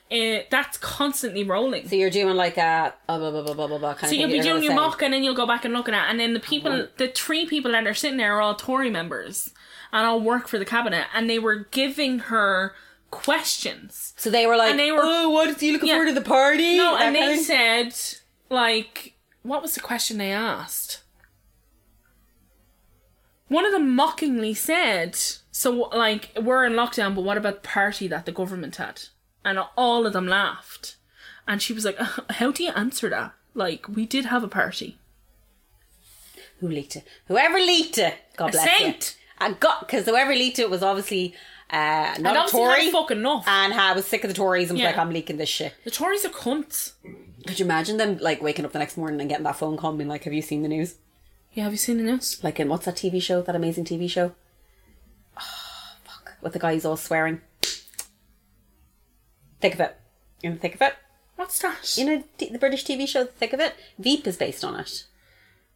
Speaker 2: it, that's constantly rolling.
Speaker 3: So you're doing like a oh, blah blah blah blah blah blah kind
Speaker 2: So
Speaker 3: of.
Speaker 2: you'll
Speaker 3: thing
Speaker 2: be
Speaker 3: that
Speaker 2: doing your
Speaker 3: you're Uh-huh.
Speaker 2: mock and then you'll go back and look at it. And then the people, the three people that are sitting there are all Tory members and all work for the cabinet. And they were giving her questions.
Speaker 3: So they were like,
Speaker 2: and they were-
Speaker 3: oh, what is he looking
Speaker 2: Yeah.
Speaker 3: forward to the party?
Speaker 2: No,
Speaker 3: That
Speaker 2: and
Speaker 3: kind
Speaker 2: they
Speaker 3: of-
Speaker 2: said, like, what was the question they asked? One of them mockingly said, so, like, we're in lockdown, but what about the party that the government had? And all of them laughed. And she was like, how do you answer that? Like, we did have a party.
Speaker 3: who leaked it? Whoever leaked it, God bless
Speaker 2: saint.
Speaker 3: you. And got because whoever leaked it was obviously uh, not
Speaker 2: And
Speaker 3: a
Speaker 2: obviously
Speaker 3: Tory Uh,
Speaker 2: had a fuck enough.
Speaker 3: and ha- was sick of the Tories and
Speaker 2: Yeah.
Speaker 3: was like, I'm leaking this shit.
Speaker 2: The Tories are cunts.
Speaker 3: Could you imagine them like waking up the next morning and getting that phone call and being like, Have you seen the news?
Speaker 2: Yeah, have you seen the news?
Speaker 3: Like in what's that TV show? That amazing TV show? Oh, fuck. With the guy who's all swearing. Thick of it. In the thick of it.
Speaker 2: What's that?
Speaker 3: You know t- the British TV show The Thick of It? Veep is based on it.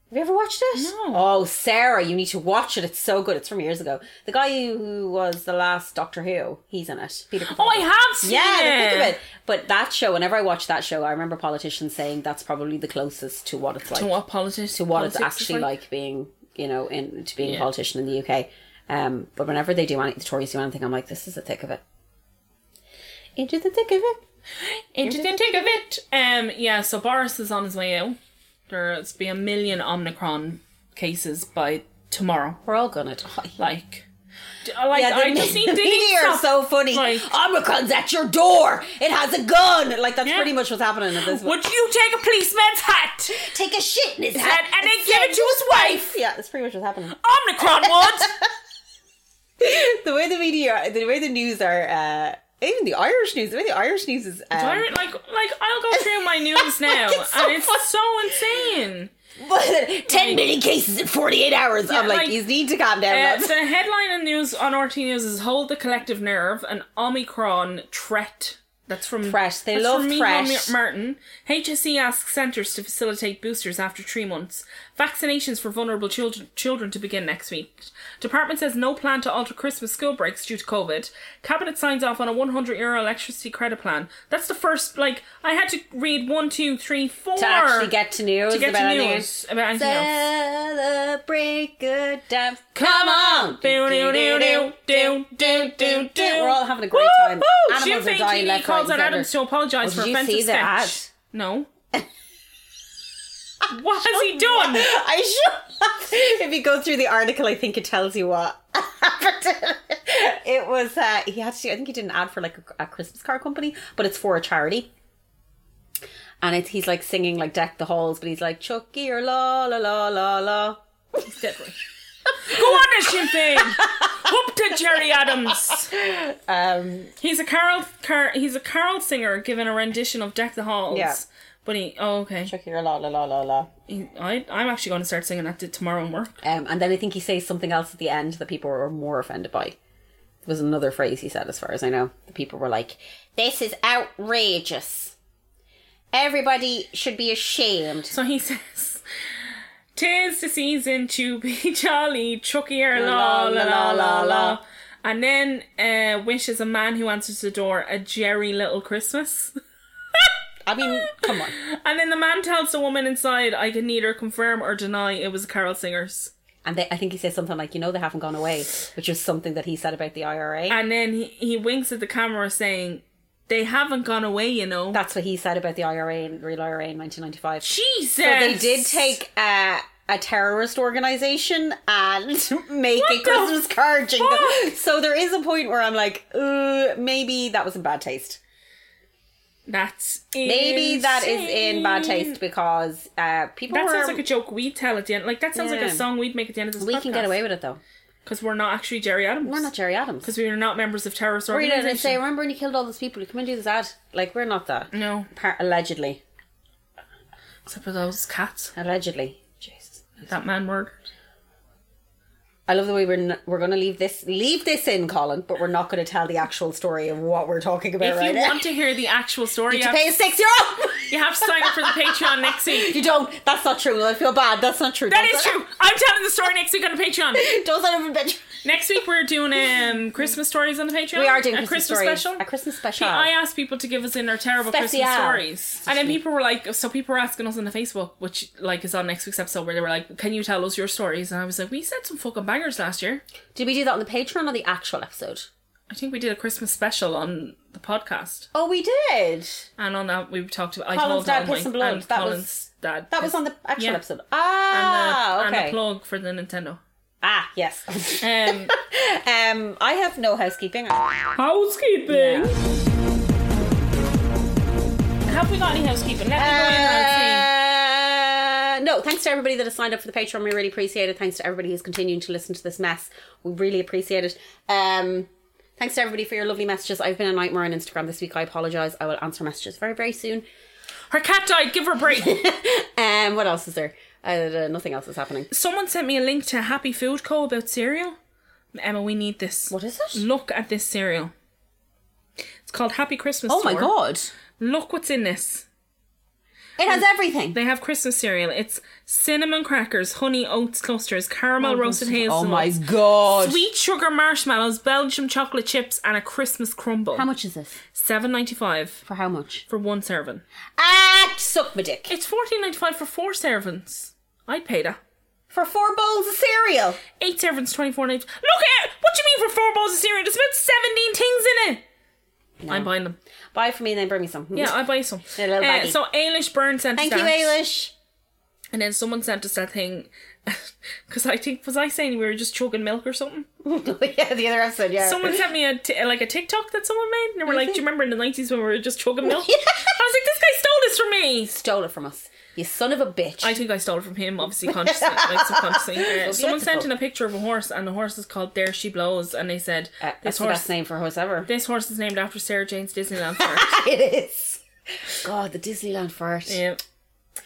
Speaker 3: Have you ever watched it?
Speaker 2: No.
Speaker 3: Oh, Sarah, you need to watch it. It's so good. It's from years ago. The guy who- who was the last Doctor Who, he's in it. Peter
Speaker 2: oh, I
Speaker 3: Capaldi.
Speaker 2: have seen
Speaker 3: Yeah,
Speaker 2: it.
Speaker 3: The Thick of It. But that show, whenever I watch that show, I remember politicians saying that's probably the closest to what it's like
Speaker 2: To what politics?
Speaker 3: to what it's
Speaker 2: politics is
Speaker 3: actually like. being, you know, in to being a politician in the UK. Um, but whenever they do any, the Tories do anything, I'm like, this is the thick of it. Into the thick of it.
Speaker 2: Into the thick of it. Um, yeah, so Boris is on his way out. There's be a million Omicron cases by tomorrow.
Speaker 3: We're all gonna die.
Speaker 2: Like, d- uh, like
Speaker 3: Yeah, the,
Speaker 2: I just need
Speaker 3: the
Speaker 2: to
Speaker 3: media are so funny. Oh,
Speaker 2: Like,
Speaker 3: Omicron's at your door. It has a gun. Like that's
Speaker 2: Yeah.
Speaker 3: pretty much what's happening at this.
Speaker 2: would you take a policeman's hat?
Speaker 3: take a shit in his
Speaker 2: hat and then give it to his wife?
Speaker 3: Yeah, that's pretty much what's happening.
Speaker 2: Omicron would.
Speaker 3: the way the media, the way the news are, uh, even the Irish news, the way the Irish news is. Um,
Speaker 2: Sorry, like, like I'll go through my news now,
Speaker 3: It's so
Speaker 2: and it's
Speaker 3: fun-
Speaker 2: so insane.
Speaker 3: But 10 million cases in 48 hours. I'm like,
Speaker 2: like,
Speaker 3: you need to calm down.
Speaker 2: Uh,
Speaker 3: lads."
Speaker 2: the headline in news on RT News is "Hold the Collective Nerve: An Omicron Threat." That's from
Speaker 3: Threat. They
Speaker 2: that's
Speaker 3: love
Speaker 2: from Micheál
Speaker 3: threat.
Speaker 2: Mi- Martin. HSE asks centres to facilitate boosters after three months. Vaccinations for vulnerable children children to begin next week. Department says no plan to alter Christmas school breaks due to COVID. Cabinet signs off on a 100 euro electricity credit plan. That's the first. Like I had to read one, two, three, four
Speaker 3: to actually get to news
Speaker 2: to get
Speaker 3: about
Speaker 2: to
Speaker 3: anything.
Speaker 2: news about anything else.
Speaker 3: Celebrate good times.
Speaker 2: Come on!
Speaker 3: Do, do, do, do, do, do, do, do. We're all having a great time.
Speaker 2: Woo-hoo!
Speaker 3: Animals
Speaker 2: Sinn
Speaker 3: are
Speaker 2: Féin
Speaker 3: dying
Speaker 2: TV
Speaker 3: left,
Speaker 2: calls
Speaker 3: right,
Speaker 2: out
Speaker 3: and
Speaker 2: Adams to
Speaker 3: centre.
Speaker 2: apologise
Speaker 3: Well,
Speaker 2: for
Speaker 3: did you
Speaker 2: offensive
Speaker 3: see that
Speaker 2: sketch. No. what has he done?
Speaker 3: I should. if you go through the article, I think it tells you what. happened. it was uh, he had to. do- I think he did an ad for like a, a Christmas car company, but it's for a charity. And it, he's like singing like deck the halls, but he's like Chucky or la la la la la.
Speaker 2: It's dead right. Go on, there, Sinn Féin. Up to Jerry Adams.
Speaker 3: Um,
Speaker 2: He's a carol. Car, he's a carol singer giving a rendition of Deck the Halls.
Speaker 3: Yeah.
Speaker 2: But he. Oh, okay.
Speaker 3: Chucky or la la la la la.
Speaker 2: He- I, I'm actually going to start singing that to tomorrow in work.
Speaker 3: Um, and then I think he says something else at the end that people were more offended by. It was another phrase he said, as far as I know. The people were like, "This is outrageous. Everybody should be ashamed."
Speaker 2: So he says, "Tis the season to be jolly, Chucky er la la la la la." And then uh, wishes a man who answers the door a Jerry Little Christmas.
Speaker 3: I mean, come on.
Speaker 2: And then the man tells the woman inside, "I can neither confirm or deny it was Carol Singers."
Speaker 3: And they, I think he says something like, "You know, they haven't gone away," which is something that he said about the IRA.
Speaker 2: And then he, he winks at the camera, saying, "They haven't gone away, you know."
Speaker 3: That's what he said about the IRA and real IRA in 1995.
Speaker 2: Jesus.
Speaker 3: So they did take uh, a terrorist organization and make a Christmas card jingle. So there is a point where I'm like, uh, maybe that was in bad taste.
Speaker 2: That's
Speaker 3: Maybe that is in bad
Speaker 2: insane.
Speaker 3: taste because uh, people
Speaker 2: That
Speaker 3: were.
Speaker 2: sounds like a joke we'd tell at the end. Like that sounds like
Speaker 3: Yeah.
Speaker 2: a song we'd make at the end of this.
Speaker 3: we can get away with it though.
Speaker 2: because we're not actually Jerry Adams.
Speaker 3: We're not Jerry Adams.
Speaker 2: because we are not members of terrorist
Speaker 3: We're gonna say,
Speaker 2: organization.
Speaker 3: remember when you killed all those people? You come and do this ad. Like we're not that.
Speaker 2: No,
Speaker 3: Par- allegedly,
Speaker 2: except for those cats
Speaker 3: allegedly. Jesus.
Speaker 2: that man murdered.
Speaker 3: I love the way we're n- we're going to leave this leave this in, Colin, but we're not going to tell the actual story of what we're talking about
Speaker 2: If
Speaker 3: right
Speaker 2: you
Speaker 3: now.
Speaker 2: want to hear the actual story, you
Speaker 3: to
Speaker 2: have,
Speaker 3: pay a six euro.
Speaker 2: you have to sign up for the Patreon next week.
Speaker 3: you don't. That's not true. I feel bad. That's not true.
Speaker 2: That is true. I'm telling the story next week on the Patreon.
Speaker 3: Don't sound of a bitch.
Speaker 2: Next week we're doing um Christmas stories on the Patreon.
Speaker 3: We are doing
Speaker 2: a Christmas
Speaker 3: Christmas stories.
Speaker 2: special.
Speaker 3: A Christmas special.
Speaker 2: I asked people to give us in their terrible Christmas
Speaker 3: Special.
Speaker 2: stories, and then people were like, so people were asking us on the Facebook, which like is on next week's episode, where they were like, "Can you tell us your stories?" And I was like, "We said some fucking bangers last year.
Speaker 3: Did we do that on the Patreon or the actual episode?
Speaker 2: I think we did a Christmas special on the podcast,
Speaker 3: Oh, we did.
Speaker 2: and on that we talked about I
Speaker 3: Colin's
Speaker 2: told
Speaker 3: dad
Speaker 2: Alan, like,
Speaker 3: pissed and blood.
Speaker 2: and
Speaker 3: That was-
Speaker 2: Colin's dad.
Speaker 3: That was
Speaker 2: pissed-
Speaker 3: on the actual
Speaker 2: Yeah.
Speaker 3: episode.
Speaker 2: and the-
Speaker 3: Ah,
Speaker 2: and
Speaker 3: okay.
Speaker 2: the plug for the Nintendo.
Speaker 3: ah, yes.
Speaker 2: Um,
Speaker 3: um, I have no housekeeping.
Speaker 2: housekeeping. Have we got any housekeeping? Let me go in and see.
Speaker 3: Uh, no, thanks to everybody that has signed up for the Patreon. We really appreciate it. Thanks to everybody who's continuing to listen to this mess. We really appreciate it. Um, thanks to everybody for your lovely messages. I've been a nightmare on Instagram this week. I apologise. I will answer messages very, very soon. Uh,
Speaker 2: Her cat died. Give her a break.
Speaker 3: Um, what else is there? Uh, nothing else is happening.
Speaker 2: Someone sent me a link to Happy Food Co about cereal. Emma, we need this.
Speaker 3: What is it?
Speaker 2: Look at this cereal. It's called Happy Christmas.
Speaker 3: Oh my
Speaker 2: Tour.
Speaker 3: god!
Speaker 2: Look what's in this.
Speaker 3: It has everything.
Speaker 2: They have Christmas cereal. It's cinnamon crackers, honey oats clusters, caramel roasted
Speaker 3: Oh my
Speaker 2: hazelnuts,
Speaker 3: god!
Speaker 2: sweet sugar marshmallows, Belgium chocolate chips, and a Christmas crumble.
Speaker 3: How much is this?
Speaker 2: Seven ninety five
Speaker 3: For how much?
Speaker 2: for one serving.
Speaker 3: Ah, suck my dick.
Speaker 2: It's fourteen ninety five for four servings. I'd pay that.
Speaker 3: For four bowls of cereal.
Speaker 2: Eight servings, twenty four ninety. Look at what you mean for four bowls of cereal. There's about seventeen things in it. I'm buying them.
Speaker 3: Buy for me and then bring me some.
Speaker 2: Yeah, I buy some.
Speaker 3: A little
Speaker 2: Uh,
Speaker 3: baggie.
Speaker 2: so Ailish Byrne sent us
Speaker 3: Thank you,
Speaker 2: that.
Speaker 3: Ailish.
Speaker 2: And then someone sent us that thing. Because I think, was I saying we were just chugging milk or something?
Speaker 3: yeah, the other episode, yeah.
Speaker 2: Someone sent me a t- like a TikTok that someone made, and they were like, "Do you remember in the nineties when we were just chugging milk?" I was like, "This guy stole this from me."
Speaker 3: stole it from us. You son of a bitch.
Speaker 2: I think I stole it from him, obviously consciously, like subconsciously. Uh, someone sent
Speaker 3: beautiful.
Speaker 2: in a picture of a horse, and the horse is called "There She Blows," and they said,
Speaker 3: Uh,
Speaker 2: "This
Speaker 3: that's the best
Speaker 2: horse,
Speaker 3: name for horse ever.
Speaker 2: this horse is named after Sarah Jane's Disneyland park."
Speaker 3: it is. God, the Disneyland fart.
Speaker 2: yeah.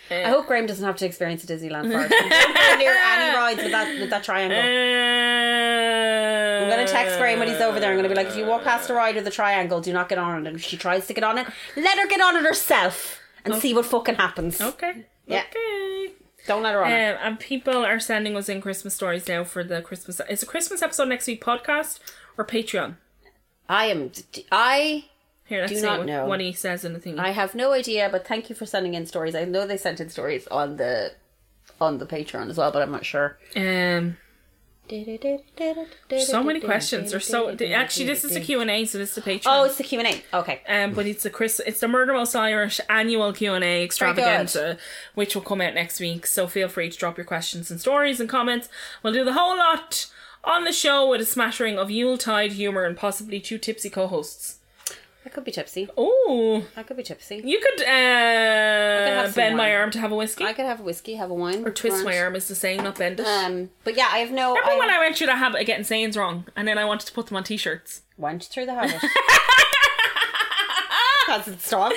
Speaker 3: I hope Graham doesn't have to experience a Disneyland fart. Nowhere near any rides with that with that triangle. I'm gonna text Graham when he's over there. I'm gonna be like, if you walk past a ride with a triangle, do not get on it. And if she tries to get on it, let her get on it herself and see what fucking happens.
Speaker 2: Uh, Okay.
Speaker 3: Yeah.
Speaker 2: Okay.
Speaker 3: Don't let her on
Speaker 2: Um,
Speaker 3: it.
Speaker 2: and people are sending us in Christmas stories now for the Christmas. Is a Christmas episode next week podcast or Patreon?
Speaker 3: I am. I
Speaker 2: Here, let's
Speaker 3: Do
Speaker 2: see
Speaker 3: not
Speaker 2: what,
Speaker 3: know.
Speaker 2: what he says in the thingy.
Speaker 3: I have no idea, but thank you for sending in stories. I know they sent in stories on the on the Patreon as well, but I'm not sure.
Speaker 2: um, so many questions. Or so actually, this is the Q and A, so this is the Patreon.
Speaker 3: Oh, it's the Q and A. Okay.
Speaker 2: Um, but it's the Chris, it's the Murder Most Irish annual Q and A extravaganza, which will come out next week. So feel free to drop your questions and stories and comments. We'll do the whole lot On the show with a smattering of Yuletide humour and possibly two tipsy co hosts.
Speaker 3: I could be tipsy.
Speaker 2: Oh,
Speaker 3: I could be tipsy.
Speaker 2: you could, uh,
Speaker 3: have some
Speaker 2: bend my
Speaker 3: wine.
Speaker 2: arm to have a whiskey.
Speaker 3: I could have a whiskey, have a wine,
Speaker 2: or twist my arm is the same, not bend it.
Speaker 3: Um, but yeah, I have no.
Speaker 2: Remember when
Speaker 3: I
Speaker 2: I went through the habit of getting sayings wrong and then I wanted to put them on t shirts?
Speaker 3: went through the habit. That's it. Stop.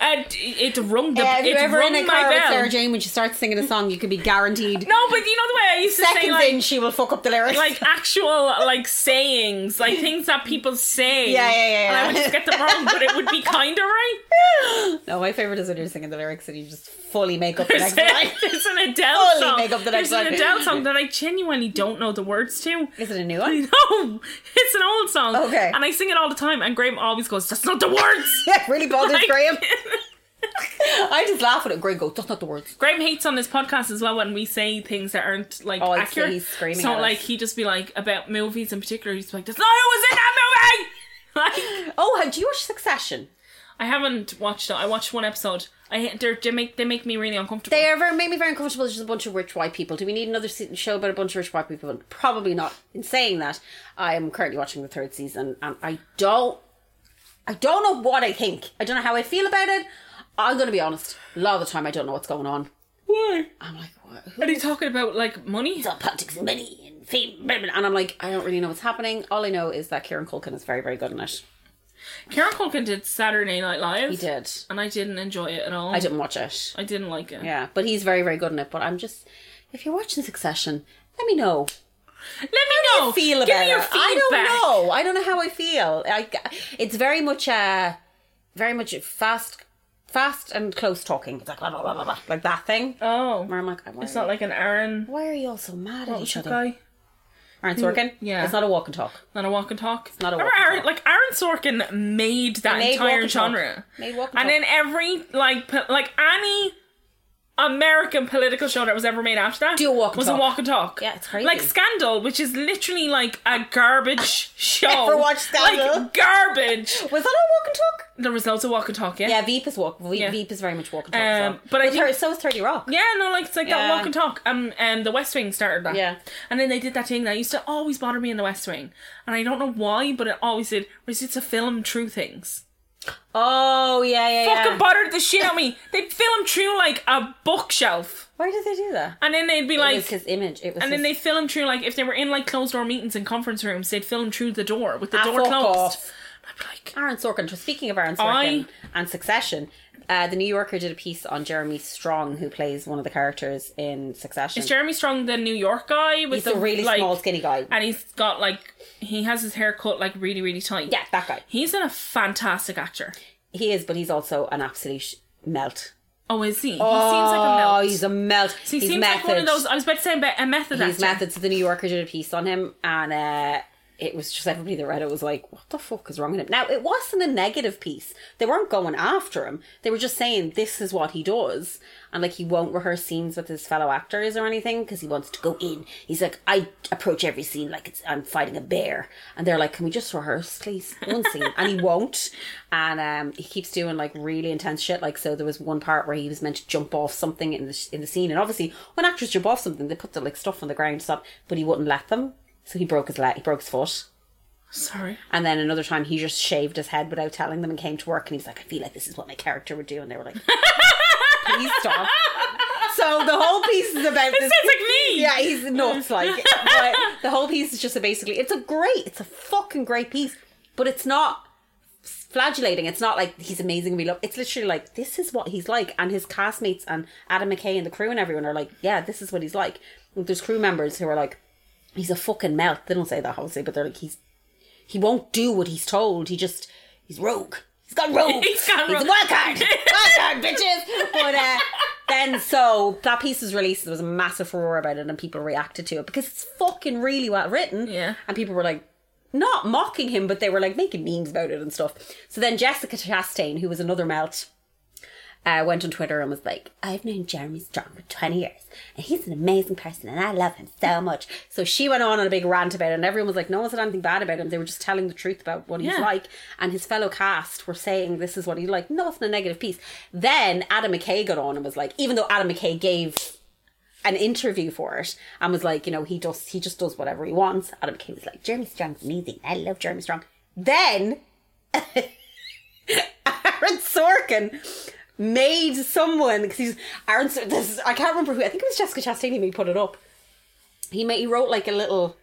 Speaker 2: And it rung the
Speaker 3: Yeah, if
Speaker 2: it
Speaker 3: you're ever
Speaker 2: rung
Speaker 3: in a
Speaker 2: my
Speaker 3: car with
Speaker 2: bell.
Speaker 3: Sarah Jane when she starts singing a song, you can be guaranteed.
Speaker 2: No, but you know the way I used to say
Speaker 3: seconds
Speaker 2: like
Speaker 3: in, she will fuck up the lyrics.
Speaker 2: like actual like sayings, like things that people say.
Speaker 3: Yeah, yeah, yeah,
Speaker 2: And I
Speaker 3: yeah.
Speaker 2: would just get them wrong, but it would be kind of right.
Speaker 3: no, my favorite is when you're singing the lyrics and you just fully make up the
Speaker 2: There's,
Speaker 3: next line.
Speaker 2: there's an Adele
Speaker 3: Holy
Speaker 2: song.
Speaker 3: make up the
Speaker 2: there's
Speaker 3: next
Speaker 2: an
Speaker 3: line.
Speaker 2: Adele song that I genuinely don't know the words to.
Speaker 3: Is it a new one?
Speaker 2: No, it's an old song.
Speaker 3: Okay.
Speaker 2: And I sing it all the time, and Graham always goes, "That's not the words."
Speaker 3: Yeah, really bothers
Speaker 2: Like-
Speaker 3: Graham. I just laugh at it. Graham goes, "That's not the words."
Speaker 2: Graham hates on this podcast as well when we say things that aren't like
Speaker 3: Oh, I'd say
Speaker 2: accurate.
Speaker 3: he's screaming
Speaker 2: so
Speaker 3: at us.
Speaker 2: like he just be like about movies in particular. He's like, "That's not who was in that movie." Like
Speaker 3: Oh, and do you watch Succession?
Speaker 2: I haven't watched it. I watched one episode. I they're, they make they make me really uncomfortable.
Speaker 3: They are very, made me very uncomfortable. There's just a bunch of rich white people. Do we need another se- show about a bunch of rich white people? Probably not. In saying that, I am currently watching the third season, and I don't, I don't know what I think. I don't know how I feel about it. I'm going to be honest. A lot of the time, I don't know what's going on.
Speaker 2: Why
Speaker 3: I'm like, what? Who
Speaker 2: are they talking about like money?
Speaker 3: about politics and money and fame, blah, blah, blah. and I'm like, I don't really know what's happening. All I know is that Kieran Culkin is very, very good in it.
Speaker 2: Karen Culkin did Saturday Night Live.
Speaker 3: He did.
Speaker 2: and I didn't enjoy it at all.
Speaker 3: I didn't watch it.
Speaker 2: I didn't like it.
Speaker 3: Yeah, but he's very, very good in it. But I'm just, if you're watching Succession, let me know.
Speaker 2: Let me know.
Speaker 3: Feel
Speaker 2: Oh, Give
Speaker 3: about
Speaker 2: me your
Speaker 3: it.
Speaker 2: feedback.
Speaker 3: I don't know. I don't know how I feel. I, it's very much, uh, very much fast, fast and close talking. It's like blah, blah, blah, blah, blah, like that thing.
Speaker 2: Oh,
Speaker 3: Where I'm like, why
Speaker 2: it's not like an Aaron.
Speaker 3: why are you all so mad at
Speaker 2: What's
Speaker 3: each
Speaker 2: that
Speaker 3: other?
Speaker 2: guy?
Speaker 3: Aaron Sorkin.
Speaker 2: Yeah.
Speaker 3: it's not a walk and talk.
Speaker 2: Not a walk and talk.
Speaker 3: not a
Speaker 2: Remember
Speaker 3: walk and
Speaker 2: Aaron,
Speaker 3: talk.
Speaker 2: like Aaron Sorkin made that
Speaker 3: made walk
Speaker 2: entire
Speaker 3: and talk.
Speaker 2: genre.
Speaker 3: Made walk and
Speaker 2: And
Speaker 3: talk.
Speaker 2: then every like po- like any American political show that was ever made after that
Speaker 3: Do a walk and
Speaker 2: was
Speaker 3: talk.
Speaker 2: a walk and talk.
Speaker 3: Yeah, it's crazy.
Speaker 2: Like Scandal, which is literally like a garbage show.
Speaker 3: Ever watch Scandal?
Speaker 2: Like garbage.
Speaker 3: Was that a walk and talk?
Speaker 2: There was loads of walk and talk. Yeah.
Speaker 3: Yeah, Veep is walk. Veep,
Speaker 2: Yeah.
Speaker 3: Veep is very much walk and talk.
Speaker 2: Um,
Speaker 3: so.
Speaker 2: but I think-
Speaker 3: her- so is Thirty Rock.
Speaker 2: Yeah, no, like it's like that
Speaker 3: Yeah.
Speaker 2: walk and talk. Um, and the West Wing started that.
Speaker 3: Yeah.
Speaker 2: and then they did that thing that used to always bother me in the West Wing, and I don't know why, but it always did. Was it's a film true things?
Speaker 3: Oh yeah, yeah, yeah.
Speaker 2: Fucking bothered the shit out of me. They'd film through like a bookshelf,
Speaker 3: Why did they do that?
Speaker 2: and then they'd be
Speaker 3: it
Speaker 2: like,
Speaker 3: was his image. It was.
Speaker 2: and then they
Speaker 3: his-
Speaker 2: film through like if they were in like closed door meetings and conference rooms, they'd film through the door with the
Speaker 3: Ah,
Speaker 2: door
Speaker 3: fuck
Speaker 2: closed.
Speaker 3: off.
Speaker 2: I'd be like,
Speaker 3: Aaron Sorkin. Speaking of Aaron
Speaker 2: I-
Speaker 3: Sorkin and Succession, uh, the New Yorker did a piece on Jeremy Strong, who plays one of the characters in Succession.
Speaker 2: is Jeremy Strong the New York guy with
Speaker 3: He's
Speaker 2: the
Speaker 3: a really
Speaker 2: like,
Speaker 3: small, skinny guy.
Speaker 2: and he's got like he has his hair cut like really really tight.
Speaker 3: yeah, that guy.
Speaker 2: He's a fantastic actor.
Speaker 3: He is, but he's also an absolute melt.
Speaker 2: Oh, is he? he seems like a
Speaker 3: Oh,
Speaker 2: melt.
Speaker 3: he's a melt.
Speaker 2: he
Speaker 3: he's
Speaker 2: seems
Speaker 3: method.
Speaker 2: like one of those. I was about to say a me- a method actor.
Speaker 3: His methods. The New Yorker did a piece on him, and uh, it was just everybody that read it was like, "What the fuck is wrong with him?" Now it wasn't a negative piece. They weren't going after him. They were just saying this is what he does, and like he won't rehearse scenes with his fellow actors or anything because he wants to go in. He's like, I approach every scene like it's I'm fighting a bear, and they're like, "Can we just rehearse, please, one scene?" and he won't, and um, he keeps doing like really intense shit. Like so, there was one part where he was meant to jump off something in the sh- in the scene, and obviously when actors jump off something, they put the like stuff on the ground, and stuff, but he wouldn't let them. So he broke his leg, he broke his foot.
Speaker 2: Sorry.
Speaker 3: And then another time, he just shaved his head without telling them and came to work. And he's like, I feel like this is what my character would do. And they were like, please stop. So the whole piece is about
Speaker 2: It
Speaker 3: this.
Speaker 2: sounds like me.
Speaker 3: Yeah, he's nuts. Like, but the whole piece is just basically, it's a great, it's a fucking great piece, but it's not flagellating. It's not like he's amazing. We love. It's literally like this is what he's like, and his castmates and Adam McKay and the crew and everyone are like, yeah, this is what he's like. And there's crew members who are like, he's a fucking melt. They don't say that obviously, but they're like, he's he won't do what he's told. He just he's rogue. He's got rogue.
Speaker 2: He's got rogue.
Speaker 3: He's a wild card. wild card, bitches. But uh, then so that piece was released. There was a massive roar about it, and people reacted to it because it's fucking really well written.
Speaker 2: Yeah.
Speaker 3: and people were like. Not mocking him, but they were like making memes about it and stuff. So then Jessica Chastain, who was another melt, uh, went on Twitter and was like, I've known Jeremy Strong for 20 years and he's an amazing person and I love him so much. So she went on on a big rant about it and everyone was like, no one said anything bad about him. They were just telling the truth about what he's
Speaker 2: Yeah.
Speaker 3: like. And his fellow cast were saying this is what he's like. No, it's not a negative piece. Then Adam McKay got on and was like, even though Adam McKay gave an interview for it and was like, you know, he does he just does whatever he wants. Adam McKay was like, Jeremy Strong's amazing. I love Jeremy Strong. Then Aaron Sorkin made someone because he's Aaron. Sor- This is, I can't remember who. I think it was Jessica Chastain who made- put it up. He made he wrote like a little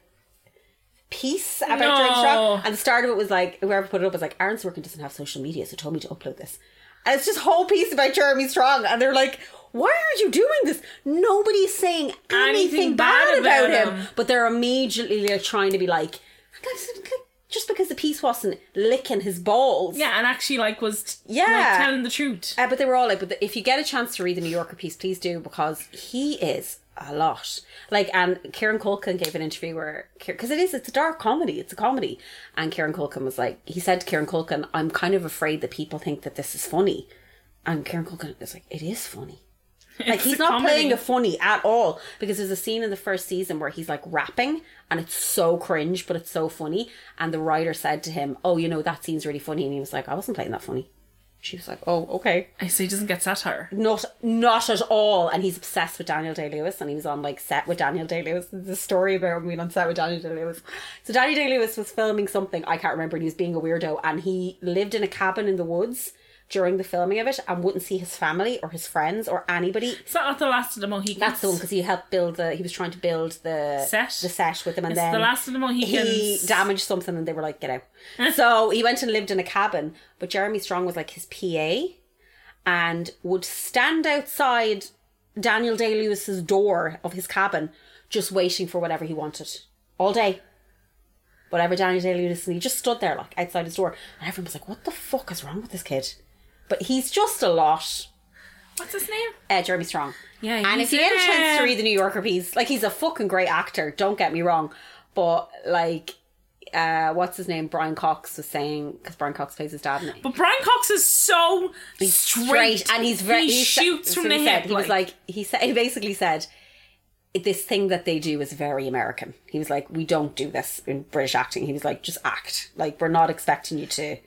Speaker 3: piece about
Speaker 2: No.
Speaker 3: Jeremy Strong, and the start of it was like whoever put it up was like Aaron Sorkin doesn't have social media, so told me to upload this, and it's just whole piece about Jeremy Strong, and they're like. Why aren't you doing this? Nobody's saying anything,
Speaker 2: Anything
Speaker 3: bad,
Speaker 2: bad
Speaker 3: about,
Speaker 2: about
Speaker 3: him.
Speaker 2: him.
Speaker 3: but they're immediately like, trying to be like, just because the piece wasn't licking his balls,
Speaker 2: Yeah, and actually, like, was
Speaker 3: Yeah.
Speaker 2: like, telling the truth.
Speaker 3: uh, but they were all like, but the, if you get a chance to read the New Yorker piece, please do because he is a lot. Like, and Kieran Culkin gave an interview where, because it is, it's a dark comedy, it's a comedy. And Kieran Culkin was like, he said to Kieran Culkin, I'm kind of afraid that people think that this is funny. And Kieran Culkin is like, it is funny. Like he's
Speaker 2: a
Speaker 3: not
Speaker 2: comedy.
Speaker 3: playing a funny at all because there's a scene in the first season where he's like rapping and it's so cringe, but it's so funny. And the writer said to him, "Oh, you know that scene's really funny," and he was like, "I wasn't playing that funny." She was like, "Oh, okay."
Speaker 2: I say he doesn't get satire.
Speaker 3: not not at all and he's obsessed with Daniel Day Lewis and he was on like set with Daniel Day Lewis there's a story about him being on set with Daniel Day Lewis so Daniel Day Lewis was filming something I can't remember and he was being a weirdo and he lived in a cabin in the woods during the filming of it and wouldn't see his family or his friends or anybody
Speaker 2: It's not the last of the Mohicans.
Speaker 3: that's the one because he helped build the he was trying to build the
Speaker 2: Set?
Speaker 3: the set with them and
Speaker 2: It's
Speaker 3: then
Speaker 2: the last of the Mohicans.
Speaker 3: he damaged something and they were like, get out. so he went and lived in a cabin, but Jeremy Strong was like his PA and would stand outside Daniel Day Lewis's door of his cabin, just waiting for whatever he wanted all day. Whatever Daniel Day Lewis, and he just stood there like outside his door, and everyone was like, "What the fuck is wrong with this kid?" But he's just a lot.
Speaker 2: What's his name?
Speaker 3: Uh, Jeremy Strong.
Speaker 2: Yeah,
Speaker 3: and if
Speaker 2: he's
Speaker 3: you get a chance to
Speaker 2: in.
Speaker 3: read the New Yorker piece, like he's a fucking great actor. Don't get me wrong, but like, uh, what's his name? Brian Cox was saying because Brian Cox plays his dad. In it.
Speaker 2: But Brian Cox is so straight,
Speaker 3: and he's very
Speaker 2: He shoots from the
Speaker 3: he
Speaker 2: hip.
Speaker 3: Said, he was like he said he basically said this thing that they do is very American. He was like, we don't do this in British acting. He was like, just act. Like we're not expecting you to.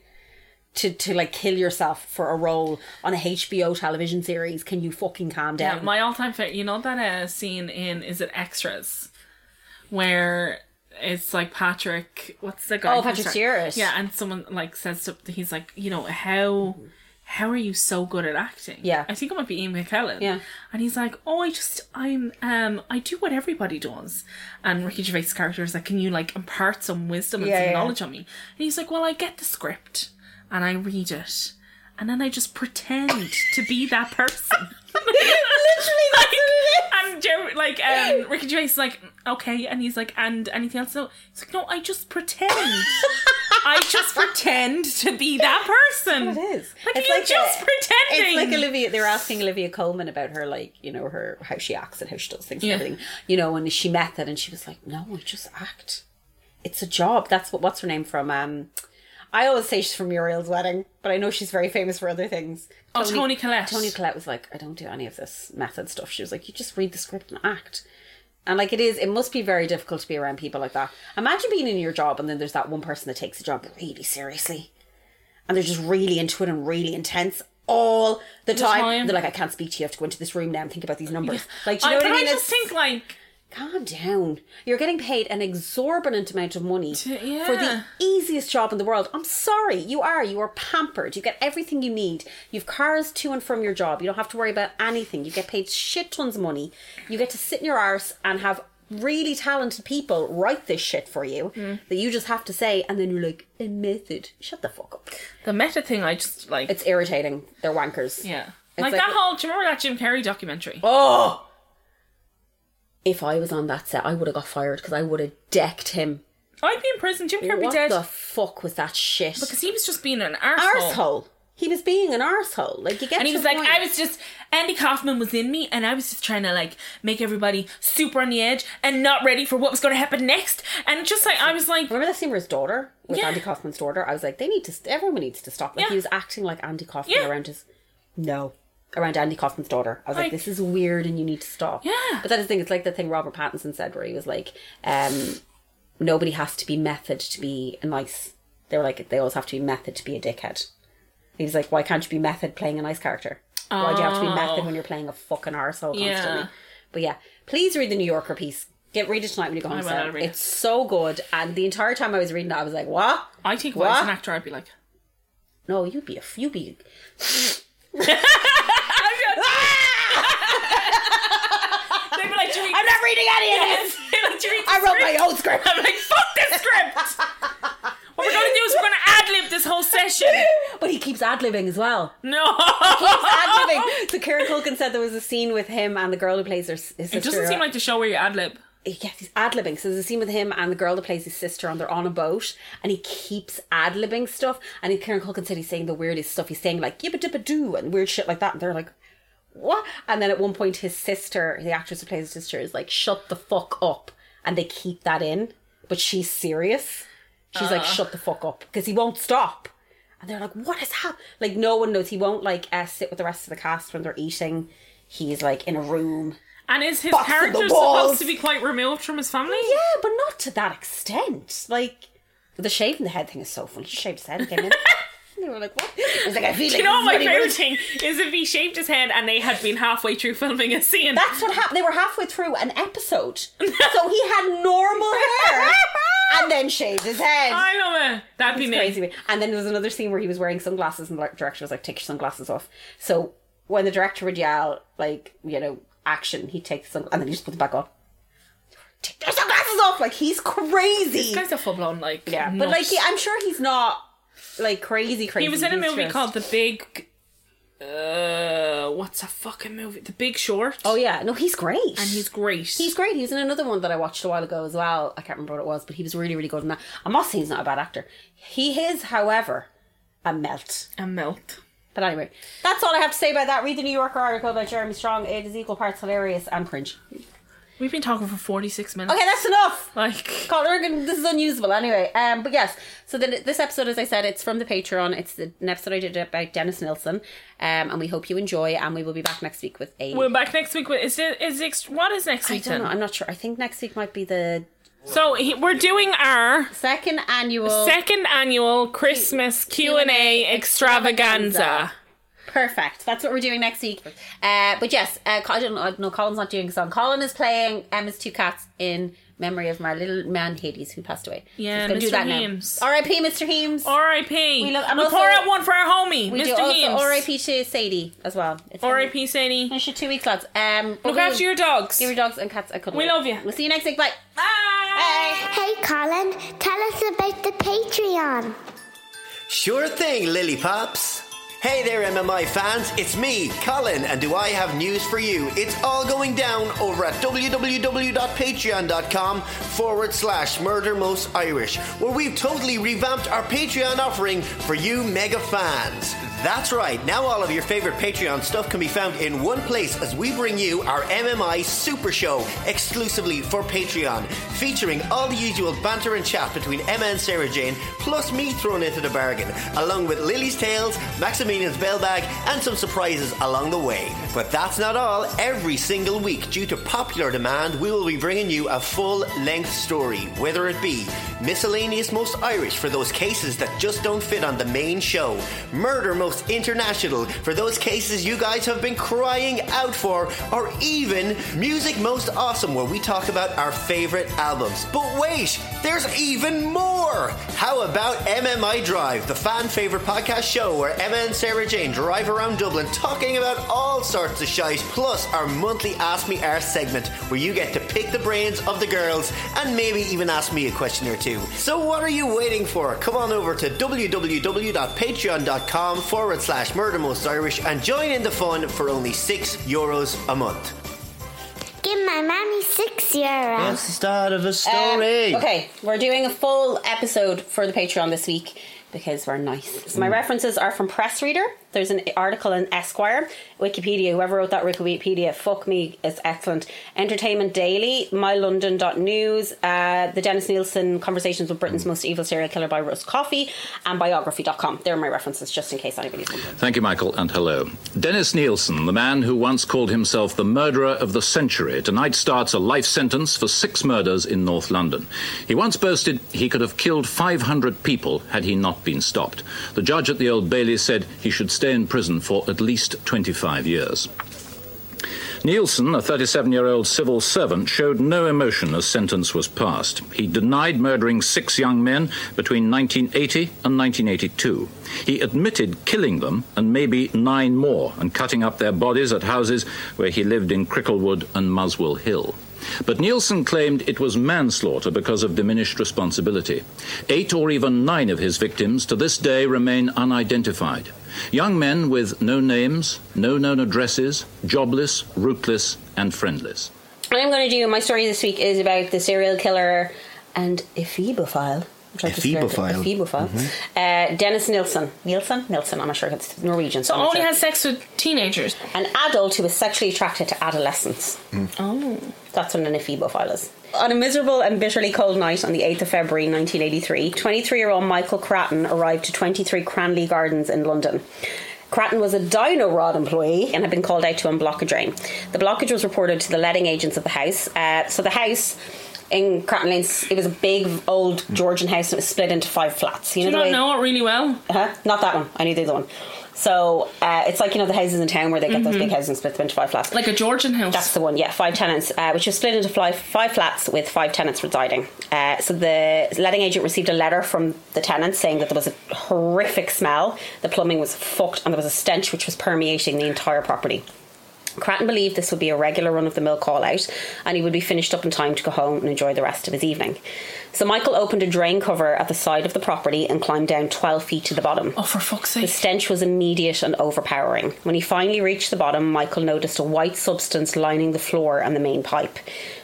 Speaker 3: To, to like kill yourself for a role on a HBO television series, can you fucking calm down?
Speaker 2: Yeah, my all-time favorite. You know that uh, scene in is it Extras, where it's like Patrick. What's the guy?
Speaker 3: Oh,
Speaker 2: from
Speaker 3: Patrick
Speaker 2: Star-
Speaker 3: Stewart.
Speaker 2: Yeah, and someone like says something. He's like, you know how. How are you so good at acting?
Speaker 3: Yeah.
Speaker 2: I think it might be Ian McKellen.
Speaker 3: Yeah.
Speaker 2: and he's like, "Oh, I just, I'm, um, I do what everybody does." And Ricky Gervais' character is like, "Can you like impart some wisdom and
Speaker 3: Yeah,
Speaker 2: some
Speaker 3: yeah.
Speaker 2: knowledge on me?" And he's like, "Well, I get the script and I read it, and then I just pretend to be that person."
Speaker 3: Literally, that's what it is.
Speaker 2: And Jerry, like um, Ricky Gervais is like, okay, and he's like, and anything else? No, he's like, no, I just pretend. I just pretend to be that person.
Speaker 3: It is.
Speaker 2: Like
Speaker 3: It's
Speaker 2: you're
Speaker 3: like
Speaker 2: just
Speaker 3: a- It's
Speaker 2: pretending.
Speaker 3: like Olivia. They were asking Olivia Coleman about her, like you know, her how she acts and how she does things, and
Speaker 2: Yeah.
Speaker 3: everything. You know, and she met that, and she was like, "No, I just act. It's a job. That's what. What's her name from? Um, I always say she's from Muriel's Wedding, but I know she's very famous for other things.
Speaker 2: Oh, Toni Collette.
Speaker 3: Tony Collette was like, "I don't do any of this method stuff." She was like, "You just read the script and act." And like it is, it must be very difficult to be around people like that. Imagine being in your job and then there's that one person that takes the job really seriously. And they're just really into it and really intense all the time.
Speaker 2: time.
Speaker 3: They're like, I can't speak to you, I have to go into this room now and think about these numbers. Like, do
Speaker 2: I,
Speaker 3: you know
Speaker 2: but
Speaker 3: what I
Speaker 2: I
Speaker 3: mean?
Speaker 2: just
Speaker 3: It's-
Speaker 2: think like
Speaker 3: calm down. You're getting paid an exorbitant amount of money
Speaker 2: yeah.
Speaker 3: for the easiest job in the world. I'm sorry, you are. You are pampered. You get everything you need. You've cars to and from your job. You don't have to worry about anything. You get paid shit tons of money. You get to sit in your arse and have really talented people write this shit for you
Speaker 2: Mm.
Speaker 3: that you just have to say, and then you're like, a method. Shut the fuck up.
Speaker 2: the meta thing. I just like
Speaker 3: It's irritating. They're wankers.
Speaker 2: yeah, like,
Speaker 3: like-
Speaker 2: that whole. Do you remember that Jim Carrey documentary?
Speaker 3: Oh! If I was on that set, I would have got fired because I would have decked him
Speaker 2: I'd be in prison. Jim Carrey
Speaker 3: what
Speaker 2: dead
Speaker 3: the fuck was that shit?
Speaker 2: because he was just being an arsehole.
Speaker 3: arsehole. He was being an arsehole. Like you get.
Speaker 2: And he
Speaker 3: to
Speaker 2: was
Speaker 3: the
Speaker 2: like,
Speaker 3: point.
Speaker 2: I was just Andy Kaufman was in me, and I was just trying to like make everybody super on the edge and not ready for what was going to happen next. And just like I was like,
Speaker 3: Remember that scene with his daughter, with
Speaker 2: Yeah.
Speaker 3: Andy Kaufman's daughter? I was like, they need to. St- everyone needs to stop. Like
Speaker 2: Yeah.
Speaker 3: he was acting like Andy Kaufman
Speaker 2: Yeah.
Speaker 3: around his. No. Around Andy Kaufman's daughter, I was like,
Speaker 2: Like-
Speaker 3: "This is weird, and you need to stop."
Speaker 2: Yeah.
Speaker 3: but that is the thing. It's like the thing Robert Pattinson said, where he was like, um, "Nobody has to be method to be a nice." They were like, "They always have to be method to be a dickhead." He was like, "Why can't you be method playing a nice character? Why do you have to be method when you're playing a fucking arsehole constantly?"
Speaker 2: Yeah.
Speaker 3: But But yeah, please read the New Yorker piece. Get read it tonight when you go home.
Speaker 2: will,
Speaker 3: Sarah.
Speaker 2: I'll read it.
Speaker 3: It's so good, and the entire time I was reading it, I was like, "What?
Speaker 2: I think if I was
Speaker 3: What?
Speaker 2: an actor, I'd be like,
Speaker 3: No, you'd be a f- you'd be
Speaker 2: they'd be like, do you read
Speaker 3: I'm not reading any of this.
Speaker 2: like, do you read
Speaker 3: I
Speaker 2: the
Speaker 3: wrote my
Speaker 2: script?"
Speaker 3: own script.
Speaker 2: I'm like, fuck this script! what we're gonna do is we're gonna ad lib this whole session.
Speaker 3: But he keeps ad libbing as well.
Speaker 2: No!
Speaker 3: ad-libbing. So Kieran Culkin said there was a scene with him and the girl who plays her, s- his sister.
Speaker 2: It doesn't seem like the show where you ad lib.
Speaker 3: yes, he's ad-libbing. So there's a scene with him and the girl that plays his sister, and they're on a boat, and he keeps ad-libbing stuff. And Kieran Culkin said he's saying the weirdest stuff. He's saying like yibba dibba doo and weird shit like that, and they're like. What? And then at one point, his sister, the actress who plays his sister, is like, "Shut the fuck up," and they keep that in, but she's serious. She's like, "Shut the fuck up," because he won't stop. And they're like, "What is happening?" Like, no one knows. He won't like uh, sit with the rest of the cast when they're eating. He's like in a room.
Speaker 2: And is his
Speaker 3: Busting the
Speaker 2: character
Speaker 3: balls.
Speaker 2: supposed to be quite removed from his family?
Speaker 3: Yeah, but not to that extent. Like the shaving the head thing is so funny. She shaved his head and came in. And they were like, "What?" I was like, "I feel like
Speaker 2: You know what my
Speaker 3: this is really
Speaker 2: favorite
Speaker 3: rude.
Speaker 2: thing is if he shaved his head and they had been halfway through filming a scene.
Speaker 3: That's what happened. They were halfway through an episode, so he had normal hair and then shaved his head.
Speaker 2: I love it. That'd be me.
Speaker 3: Crazy. And then there was another scene where he was wearing sunglasses, and the director was like, "Take your sunglasses off." So when the director would yell, like you know, action, he takes sunglasses, and then he just put them back on. Take your sunglasses off! Like he's crazy.
Speaker 2: Guys are full blown like
Speaker 3: Yeah, but like,
Speaker 2: nuts.
Speaker 3: he, I'm sure he's not like crazy, crazy.
Speaker 2: He was in a
Speaker 3: He's
Speaker 2: movie
Speaker 3: just-
Speaker 2: called The Big. Uh, what's a fucking movie? The Big Short.
Speaker 3: Oh yeah, no, he's great. And
Speaker 2: he's great.
Speaker 3: he's great. He was in another one that I watched a while ago as well. I can't remember what it was, but he was really, really good in that. I'm not saying he's not a bad actor. He is, however, a melt.
Speaker 2: a melt.
Speaker 3: But anyway, that's all I have to say about that. Read the New Yorker article about Jeremy Strong. It is equal parts hilarious and cringe.
Speaker 2: We've been talking for forty six minutes.
Speaker 3: Okay, that's enough.
Speaker 2: Like
Speaker 3: Colin Ergen, this is unusable anyway. Um, but yes, so then this episode, as I said, it's from the Patreon. It's the an episode I did about Dennis Nilsson, um, and we hope you enjoy. And we will be back next week with a.
Speaker 2: we're back next week. With, is it is ext- what is next
Speaker 3: I
Speaker 2: week
Speaker 3: don't know.
Speaker 2: then?
Speaker 3: I'm not sure. I think next week might be the
Speaker 2: So he, we're doing our
Speaker 3: second annual.
Speaker 2: second annual Christmas Q and A extravaganza.
Speaker 3: Perfect. That's what we're doing next week. Uh, but yes, uh, Col- I don't know. No, Colin's not doing a song. Colin is playing Emma's two cats in memory of my little man Hades who passed away.
Speaker 2: Yeah,
Speaker 3: he's gonna
Speaker 2: Mr. Heames.
Speaker 3: now. R.I.P. Mr. Heames.
Speaker 2: R.I.P.
Speaker 3: We
Speaker 2: We
Speaker 3: love- and also-
Speaker 2: pour out one for our homie,
Speaker 3: we do
Speaker 2: Mr.
Speaker 3: also
Speaker 2: Heames.
Speaker 3: R.I.P. to Sadie as well. It's
Speaker 2: R.I.P. Sadie.
Speaker 3: Finish your two weeks, lads. Um, but
Speaker 2: Look
Speaker 3: we-
Speaker 2: after your dogs.
Speaker 3: Give your dogs and cats a cuddle.
Speaker 2: We love you.
Speaker 3: We'll see you next week. Bye.
Speaker 2: Bye.
Speaker 5: Hey, Colin, tell us about the Patreon.
Speaker 6: Sure thing, Lily Pops. Hey there, MMI fans. It's me, Colin, and do I have news for you? It's all going down over at www.patreon.com forward slash murder most Irish, where we've totally revamped our Patreon offering for you mega fans. That's right, now all of your favorite Patreon stuff can be found in one place as we bring you our MMI Super Show exclusively for Patreon, featuring all the usual banter and chat between Emma and Sarah Jane, plus me thrown into the bargain, along with Lily's Tales, Maximilian's Bell Bag, and some surprises along the way. But that's not all. Every single week, due to popular demand, we will be bringing you a full length story, whether it be Miscellaneous Most Irish for those cases that just don't fit on the main show, Murder Most International for those cases you guys have been crying out for, or even Music Most Awesome, where we talk about our favorite albums. But wait, there's even more! How about MMI Drive, the fan favorite podcast show where Emma and Sarah Jane drive around Dublin talking about all sorts of shite, plus our monthly Ask Me Arse segment where you get to pick the brains of the girls and maybe even ask me a question or two. So what are you waiting for? Come on over to www.patreon.com forward slash murder most Irish and join in the fun for only six euros a month.
Speaker 5: Give my mommy six euros.
Speaker 4: That's the start of a
Speaker 3: Um,
Speaker 4: story.
Speaker 3: okay, we're doing a full episode for the Patreon this week because we're nice. So my references are from Press Reader. There's an article in Esquire, Wikipedia. Whoever wrote that Wikipedia, fuck me, is excellent. Entertainment Daily, MyLondon.news, uh, the Dennis Nielsen Conversations with Britain's Most Evil Serial Killer by Russ Coffey, and Biography.com. They're my references, just in case anybody's wondering.
Speaker 7: Thank you, Michael, and hello. Dennis Nielsen, the man who once called himself the murderer of the century, tonight starts a life sentence for six murders in North London. He once boasted he could have killed 500 people had he not been stopped. The judge at the Old Bailey said he should stay in prison for at least 25 years. Nielsen, a 37 year old civil servant, showed no emotion as sentence was passed. He denied murdering six young men between 1980 and 1982. He admitted killing them and maybe nine more and cutting up their bodies at houses where he lived in Cricklewood and Muswell Hill. But Nielsen claimed it was manslaughter because of diminished responsibility. Eight or even nine of his victims to this day remain unidentified. Young men with no names, no known addresses, jobless, rootless, and friendless.
Speaker 3: I'm going to do my story this week is about the serial killer and ephebophile. which I just learned-
Speaker 8: Ephebophile.
Speaker 3: Ephebophile. Uh, Dennis Nilsson. Nilsson? Nilsson, I'm not sure if it's Norwegian. So I'm not
Speaker 2: Only
Speaker 3: sure.
Speaker 2: has sex with teenagers.
Speaker 3: an adult who is sexually attracted to adolescents. Oh. That's what an ephebophile is. On a miserable and bitterly cold night on the 8th of February 1983, 23 year old Michael Cratton arrived to 23 Cranley Gardens in London. Cratton was a dino rod employee and had been called out to unblock a drain. The blockage was reported to the letting agents of the house. Uh, so the house in Cratton Lane, it was a big old Georgian house and it was split into five flats. You know
Speaker 2: You
Speaker 3: the
Speaker 2: don't
Speaker 3: way-
Speaker 2: know it really well.
Speaker 3: Huh? Not that one. I knew the other one. So uh, it's like you know the houses in town where they get those big houses and split them into five flats.
Speaker 2: Like a Georgian house.
Speaker 3: That's the one, yeah. Five tenants, uh, which was split into five, five flats with five tenants residing. Uh, so the letting agent received a letter from the tenants saying that there was a horrific smell, the plumbing was fucked, and there was a stench which was permeating the entire property. Cratton believed this would be a regular run of the mill call out and he would be finished up in time to go home and enjoy the rest of his evening. So Michael opened a drain cover at the side of the property and climbed down 12 feet to the bottom.
Speaker 2: oh, for fuck's
Speaker 3: The
Speaker 2: sake.
Speaker 3: stench was immediate and overpowering. When he finally reached the bottom, Michael noticed a white substance lining the floor and the main pipe.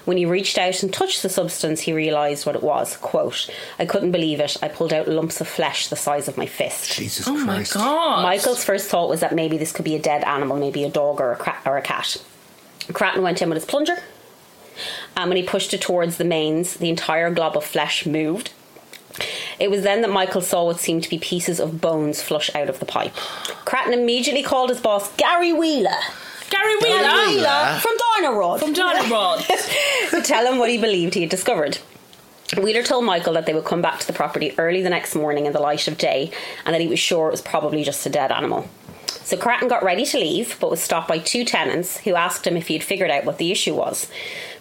Speaker 3: When he reached out and touched the substance, he realised what it was. Quote, I couldn't believe it. I pulled out lumps of flesh the size of my fist.
Speaker 8: Jesus
Speaker 2: oh my
Speaker 8: Christ.
Speaker 2: god.
Speaker 3: Michael's first thought was that maybe this could be a dead animal, maybe a dog or a, cra- or a cat. Cratton went in with his plunger, um, and when he pushed it towards the mains, the entire glob of flesh moved. It was then that Michael saw what seemed to be pieces of bones flush out of the pipe. Cratton immediately called his boss, Gary Wheeler.
Speaker 2: Gary Wheeler.
Speaker 3: Wheeler from Dino Rod.
Speaker 2: From Johnny Rod.
Speaker 3: to tell him what he believed he had discovered. Wheeler told Michael that they would come back to the property early the next morning in the light of day and that he was sure it was probably just a dead animal. So Cratton got ready to leave but was stopped by two tenants who asked him if he had figured out what the issue was.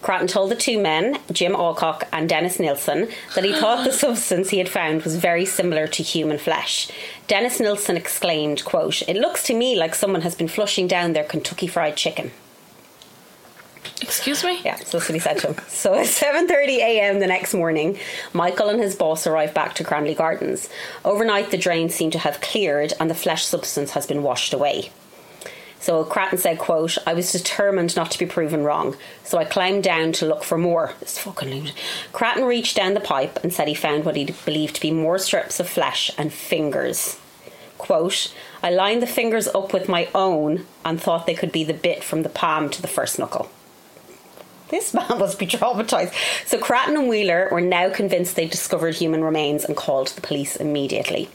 Speaker 3: Cratton told the two men, Jim Alcock and Dennis Nilsson, that he thought the substance he had found was very similar to human flesh. Dennis Nilsson exclaimed, quote, It looks to me like someone has been flushing down their Kentucky fried chicken.
Speaker 2: Excuse me?
Speaker 3: Yeah, so that's what he said to him. so at 7:30 a.m. the next morning, Michael and his boss arrived back to Cranley Gardens. Overnight, the drain seemed to have cleared and the flesh substance has been washed away. So Cratton said, "quote I was determined not to be proven wrong, so I climbed down to look for more." It's fucking loot. Cratton reached down the pipe and said he found what he believed to be more strips of flesh and fingers. "Quote I lined the fingers up with my own and thought they could be the bit from the palm to the first knuckle." This man must be traumatized. So Cratton and Wheeler were now convinced they discovered human remains and called the police immediately.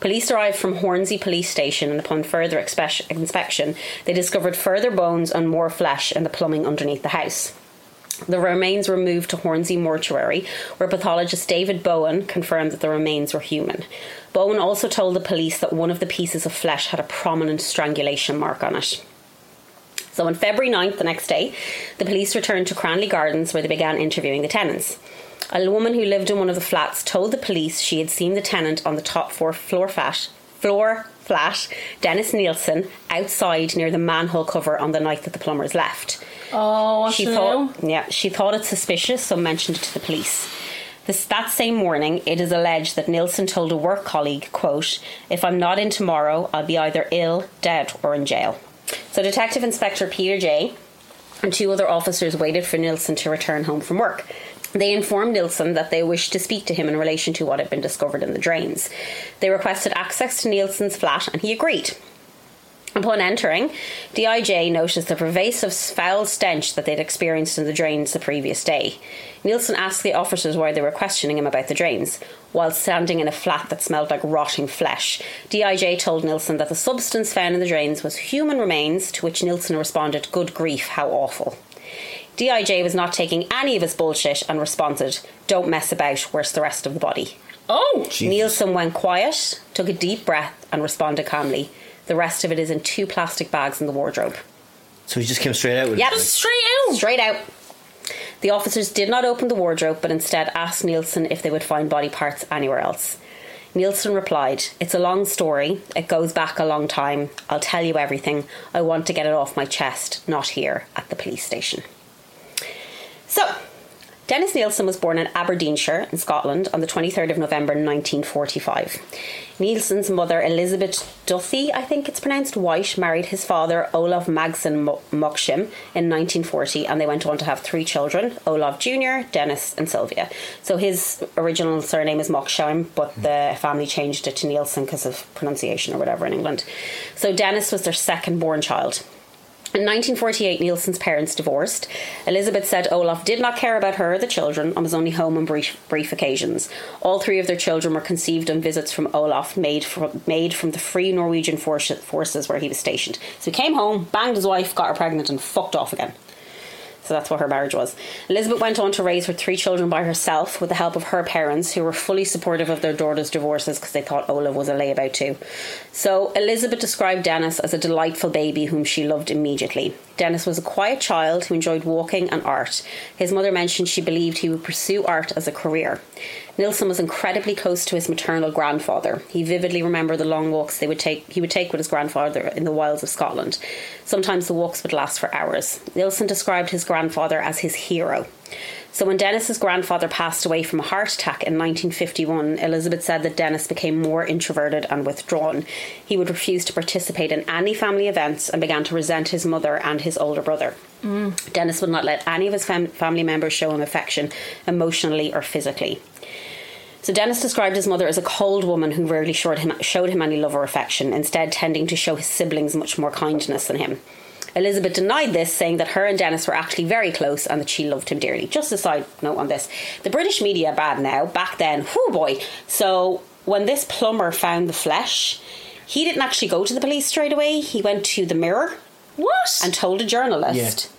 Speaker 3: Police arrived from Hornsey police station and upon further expe- inspection, they discovered further bones and more flesh in the plumbing underneath the house. The remains were moved to Hornsey Mortuary, where pathologist David Bowen confirmed that the remains were human. Bowen also told the police that one of the pieces of flesh had a prominent strangulation mark on it. So on February 9th, the next day, the police returned to Cranley Gardens where they began interviewing the tenants. A woman who lived in one of the flats told the police she had seen the tenant on the top floor, floor flat, floor flat, Dennis Nielsen, outside near the manhole cover on the night that the plumbers left.
Speaker 2: Oh,
Speaker 3: She
Speaker 2: so-
Speaker 3: thought, yeah, she thought it suspicious, so mentioned it to the police. This, that same morning, it is alleged that Nilsson told a work colleague, "quote If I'm not in tomorrow, I'll be either ill, dead, or in jail." So, Detective Inspector Peter J. and two other officers waited for Nilsson to return home from work. They informed Nilsson that they wished to speak to him in relation to what had been discovered in the drains. They requested access to Nilsson's flat, and he agreed. Upon entering, DIJ noticed the pervasive foul stench that they'd experienced in the drains the previous day. Nielsen asked the officers why they were questioning him about the drains. While standing in a flat that smelled like rotting flesh, DIJ told Nielsen that the substance found in the drains was human remains, to which Nielsen responded, Good grief, how awful. DIJ was not taking any of his bullshit and responded, Don't mess about, where's the rest of the body?
Speaker 2: Oh,
Speaker 3: Nielsen went quiet, took a deep breath, and responded calmly. The rest of it is in two plastic bags in the wardrobe.
Speaker 8: So he just came straight out with
Speaker 3: Yep.
Speaker 8: it.
Speaker 2: Just straight out.
Speaker 3: Straight out. The officers did not open the wardrobe, but instead asked Nielsen if they would find body parts anywhere else. Nielsen replied, It's a long story. It goes back a long time. I'll tell you everything. I want to get it off my chest, not here at the police station. So, Dennis Nielsen was born in Aberdeenshire in Scotland on the 23rd of November 1945. Nielsen's mother, Elizabeth Duffy, I think it's pronounced White, married his father, Olaf Magson Mo- Moksham, in 1940, and they went on to have three children Olaf Jr., Dennis, and Sylvia. So his original surname is Moksham, but the family changed it to Nielsen because of pronunciation or whatever in England. So Dennis was their second born child. In 1948, Nielsen's parents divorced. Elizabeth said Olaf did not care about her or the children and was only home on brief, brief occasions. All three of their children were conceived on visits from Olaf, made from, made from the Free Norwegian force, forces where he was stationed. So he came home, banged his wife, got her pregnant, and fucked off again. So that's what her marriage was. Elizabeth went on to raise her three children by herself with the help of her parents, who were fully supportive of their daughter's divorces because they thought Olaf was a layabout too. So Elizabeth described Dennis as a delightful baby whom she loved immediately. Dennis was a quiet child who enjoyed walking and art. His mother mentioned she believed he would pursue art as a career. Nilsson was incredibly close to his maternal grandfather. He vividly remembered the long walks they would take he would take with his grandfather in the wilds of Scotland. Sometimes the walks would last for hours. Nilsson described his grandfather as his hero. So when Dennis's grandfather passed away from a heart attack in 1951, Elizabeth said that Dennis became more introverted and withdrawn. He would refuse to participate in any family events and began to resent his mother and his older brother. Dennis would not let any of his fam- family members show him affection, emotionally or physically. So Dennis described his mother as a cold woman who rarely showed him, showed him any love or affection, instead tending to show his siblings much more kindness than him. Elizabeth denied this, saying that her and Dennis were actually very close and that she loved him dearly. Just a side note on this. The British media are bad now. Back then, whoo boy. So when this plumber found the flesh, he didn't actually go to the police straight away. He went to the Mirror
Speaker 2: What?
Speaker 3: and told a journalist.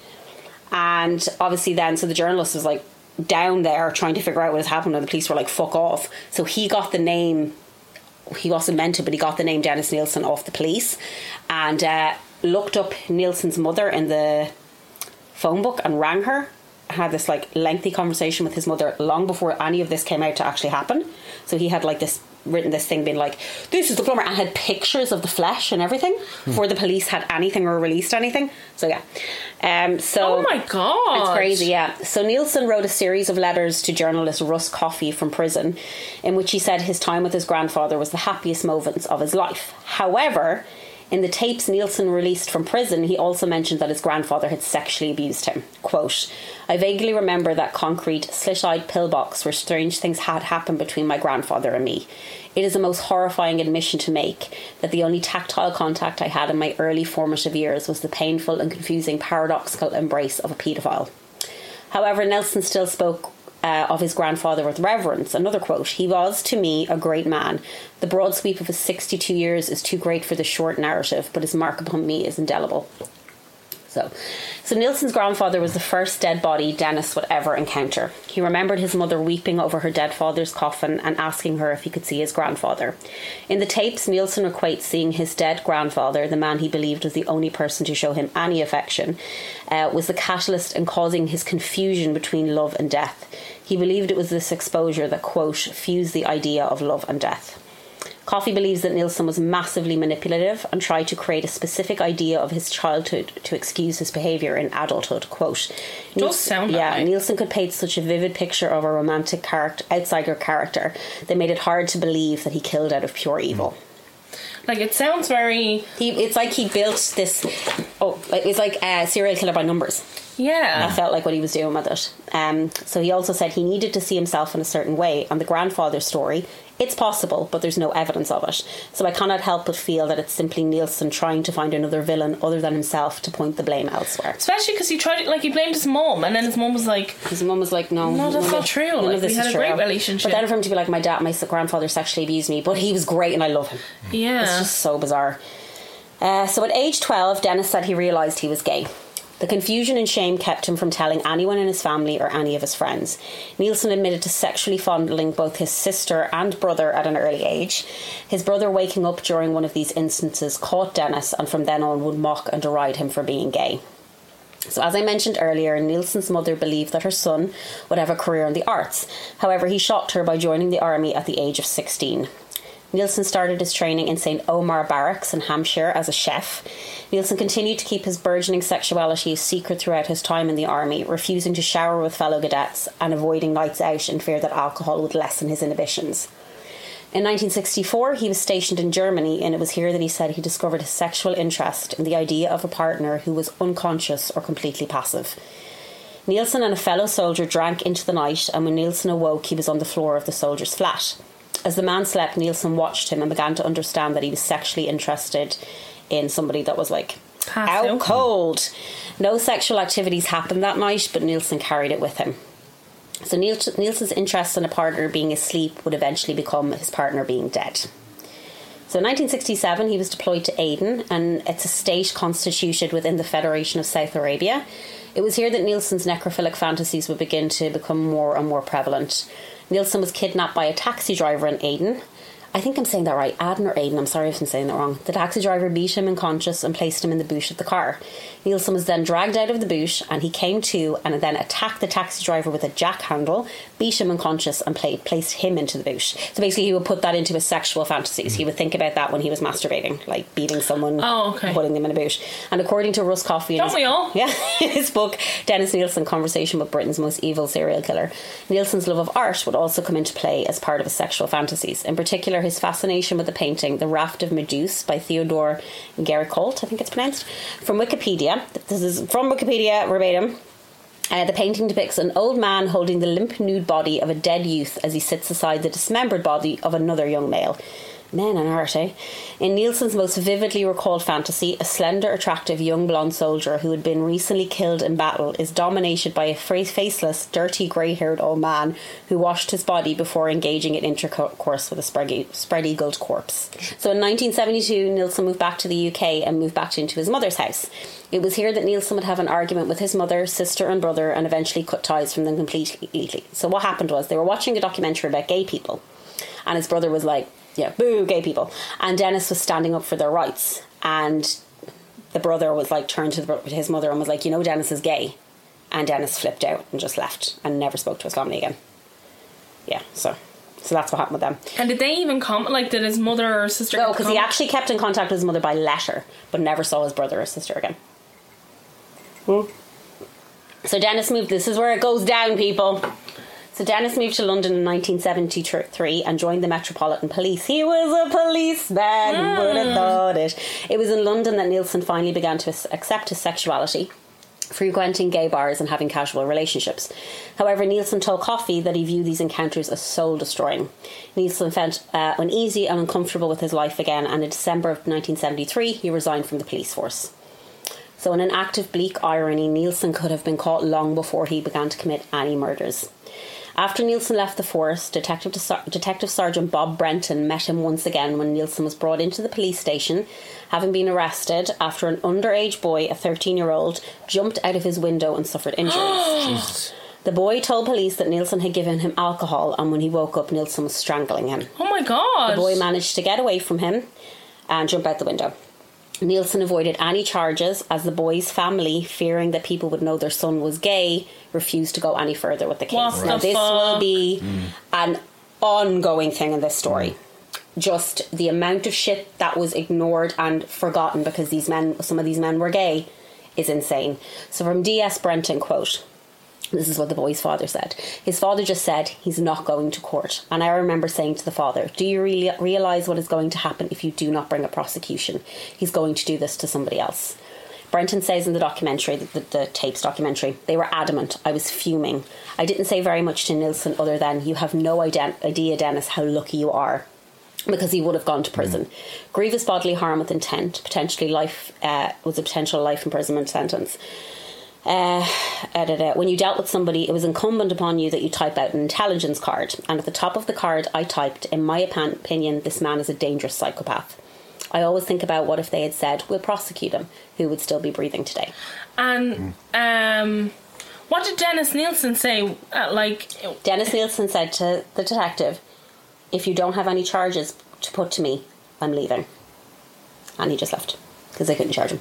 Speaker 3: And obviously, then, so the journalist was like down there trying to figure out what has happened, and the police were like, fuck off. So he got the name, he wasn't meant to, but he got the name Dennis Nielsen off the police and uh, looked up Nielsen's mother in the phone book and rang her. Had this like lengthy conversation with his mother long before any of this came out to actually happen. So he had like this written this thing being like, This is the plumber and had pictures of the flesh and everything
Speaker 2: Hmm.
Speaker 3: before the police had anything or released anything. So yeah. Um so
Speaker 2: oh my god.
Speaker 3: it's crazy, yeah. So Nielsen wrote a series of letters to journalist Russ Coffey from prison, in which he said his time with his grandfather was the happiest moments of his life. However, in the tapes Nielsen released from prison, he also mentioned that his grandfather had sexually abused him. Quote, I vaguely remember that concrete, slit eyed pillbox where strange things had happened between my grandfather and me. It is a most horrifying admission to make that the only tactile contact I had in my early formative years was the painful and confusing paradoxical embrace of a paedophile. However, Nelson still spoke uh, of his grandfather with reverence. Another quote He was, to me, a great man. The broad sweep of his 62 years is too great for the short narrative, but his mark upon me is indelible. So, so Nielsen's grandfather was the first dead body Dennis would ever encounter. He remembered his mother weeping over her dead father's coffin and asking her if he could see his grandfather. In the tapes, Nielsen equates seeing his dead grandfather, the man he believed was the only person to show him any affection, uh, was the catalyst in causing his confusion between love and death. He believed it was this exposure that, quote, fused the idea of love and death. Coffey believes that Nielsen was massively manipulative and tried to create a specific idea of his childhood to excuse his behaviour in adulthood. Quote. Does
Speaker 2: sound that
Speaker 3: yeah.
Speaker 2: way.
Speaker 3: Nielsen could paint such a vivid picture of a romantic character, outsider character, that made it hard to believe that he killed out of pure evil.
Speaker 2: Like it sounds very
Speaker 3: He, it's like he built this. Oh, it's like a serial killer by numbers. I
Speaker 2: yeah.
Speaker 3: felt like what he was doing with it. Um, so he also said he needed to see himself in a certain way. And the grandfather story, it's possible, but there's no evidence of it. So I cannot help but feel that it's simply Nielsen trying to find another villain other than himself to point the blame elsewhere.
Speaker 2: Especially because he tried it, like he blamed his mom, and then his mom was like,
Speaker 3: His mum was like, "No,
Speaker 2: No, that's
Speaker 3: none
Speaker 2: not
Speaker 3: of-
Speaker 2: true.
Speaker 3: None
Speaker 2: Like,
Speaker 3: of this
Speaker 2: we had
Speaker 3: is
Speaker 2: a great
Speaker 3: true."
Speaker 2: relationship.
Speaker 3: But then for him to be like, "My dad, my grandfather sexually abused me, but he was great, and I love him."
Speaker 2: yeah.
Speaker 3: It's just so bizarre. Uh, so at age 12, Dennis said he realised he was gay. The confusion and shame kept him from telling anyone in his family or any of his friends. Nielsen admitted to sexually fondling both his sister and brother at an early age. His brother, waking up during one of these instances, caught Dennis and from then on would mock and deride him for being gay. So, as I mentioned earlier, Nielsen's mother believed that her son would have a career in the arts. However, he shocked her by joining the army at the age of 16. Nielsen started his training in St. Omar Barracks in Hampshire as a chef. Nielsen continued to keep his burgeoning sexuality a secret throughout his time in the army, refusing to shower with fellow cadets and avoiding nights out in fear that alcohol would lessen his inhibitions. In 1964, he was stationed in Germany, and it was here that he said he discovered his sexual interest in the idea of a partner who was unconscious or completely passive. Nielsen and a fellow soldier drank into the night, and when Nielsen awoke, he was on the floor of the soldier's flat. As the man slept, Nielsen watched him and began to understand that he was sexually interested in somebody that was like
Speaker 2: Pass
Speaker 3: out
Speaker 2: out.
Speaker 3: cold. No sexual activities happened that night, but Nielsen carried it with him. So Niel- Nielsen's interest in a partner being asleep would eventually become his partner being dead. So in 1967, he was deployed to Aden, and it's a state constituted within the Federation of South Arabia. It was here that Nielsen's necrophilic fantasies would begin to become more and more prevalent. Nielsen was kidnapped by a taxi driver in Aden. I think I'm saying that right, Aden or Aden, I'm sorry if I'm saying that wrong. Um, The taxi driver beat him unconscious and placed him in the boot of the car. Nielsen was then dragged out of the boot and he came to and then attacked the taxi driver with a jack handle, beat him unconscious and pla- placed him into the boot. So basically he would put that into his sexual fantasies. He would think about that when he was masturbating, like beating someone,
Speaker 2: Oh, okay.
Speaker 3: putting them in a boot. And according to Russ Coffey... in
Speaker 2: Don't
Speaker 3: his-
Speaker 2: we all?
Speaker 3: yeah, in his book, Dennis Nielsen Conversation with Britain's Most Evil Serial Killer, Nielsen's love of art would also come into play as part of his sexual fantasies. In particular, his fascination with the painting The Raft of Medusa by Theodore Gericault, I think it's pronounced, from Wikipedia. This is from Wikipedia verbatim. Uh, the painting depicts an old man holding the limp nude body of a dead youth as he sits aside the dismembered body of another young male. Men and art, eh? In Nielsen's most vividly recalled fantasy, a slender, attractive young blonde soldier who had been recently killed in battle is dominated by a fra- faceless, dirty, grey haired old man who washed his body before engaging in intercourse with a spread- spread eagled corpse. So in 1972, Nielsen moved back to the UK and moved back into his mother's house. It was here that Nielsen would have an argument with his mother, sister, and brother, and eventually cut ties from them completely. So what happened was they were watching a documentary about gay people, and his brother was like, "Yeah, boo, gay people," and Dennis was standing up for their rights, and the brother was like turned to, the, bro- to his mother and was like, "You know, Dennis is gay," and Dennis flipped out and just left and never spoke to his family again. Yeah, so so that's what happened with them.
Speaker 2: And did they even comment? Like, did his mother or sister?
Speaker 3: No, because he
Speaker 2: comment?
Speaker 3: actually kept in contact with his mother by letter, but never saw his brother or sister again. So Dennis moved. This is where it goes down, people. So Dennis moved to London in 1973 and joined the Metropolitan Police. He was a policeman. Who would have thought it? It was in London that Nielsen finally began to ac- accept his sexuality frequenting gay bars and having casual relationships. However, Nielsen told Coffey that he viewed these encounters as soul destroying. Nielsen felt uh, uneasy and uncomfortable with his life again, and in December of 1973, he resigned from the police force. So, in an act of bleak irony, Nielsen could have been caught long before he began to commit any murders. After Nielsen left the force, Detective, Detective Sergeant Bob Brenton met him once again when Nielsen was brought into the police station, having been arrested after an underage boy, a 13 year old, jumped out of his window and suffered injuries. the boy told police that Nielsen had given him alcohol, and when he woke up, Nielsen was strangling him.
Speaker 2: Oh my god!
Speaker 3: The boy managed to get away from him and jump out the window. Nielsen avoided any charges as the boy's family, fearing that people would know their son was gay, refused to go any further with the case.
Speaker 2: What
Speaker 3: now,
Speaker 2: the
Speaker 3: this will
Speaker 2: fuck?
Speaker 3: be an ongoing thing in this story. Just the amount of shit that was ignored and forgotten because these men, some of these men were gay, is insane. So, from D.S. Brenton, quote, this is what the boy's father said. His father just said, he's not going to court. And I remember saying to the father, Do you really realize what is going to happen if you do not bring a prosecution? He's going to do this to somebody else. Brenton says in the documentary, the, the, the tapes documentary, they were adamant. I was fuming. I didn't say very much to Nilsson other than, You have no ident- idea, Dennis, how lucky you are because he would have gone to prison. Grievous bodily harm with intent, potentially life, uh, was a potential life imprisonment sentence. Uh, da, da, da. When you dealt with somebody, it was incumbent upon you that you type out an intelligence card. And at the top of the card, I typed, in my opi- opinion, this man is a dangerous psychopath. I always think about what if they had said, we'll prosecute him, who would still be breathing today.
Speaker 2: and um, what did Dennis Nielsen say? Uh, like,
Speaker 3: Dennis Nielsen said to the detective, If you don't have any charges to put to me, I'm leaving. And he just left because they couldn't charge him.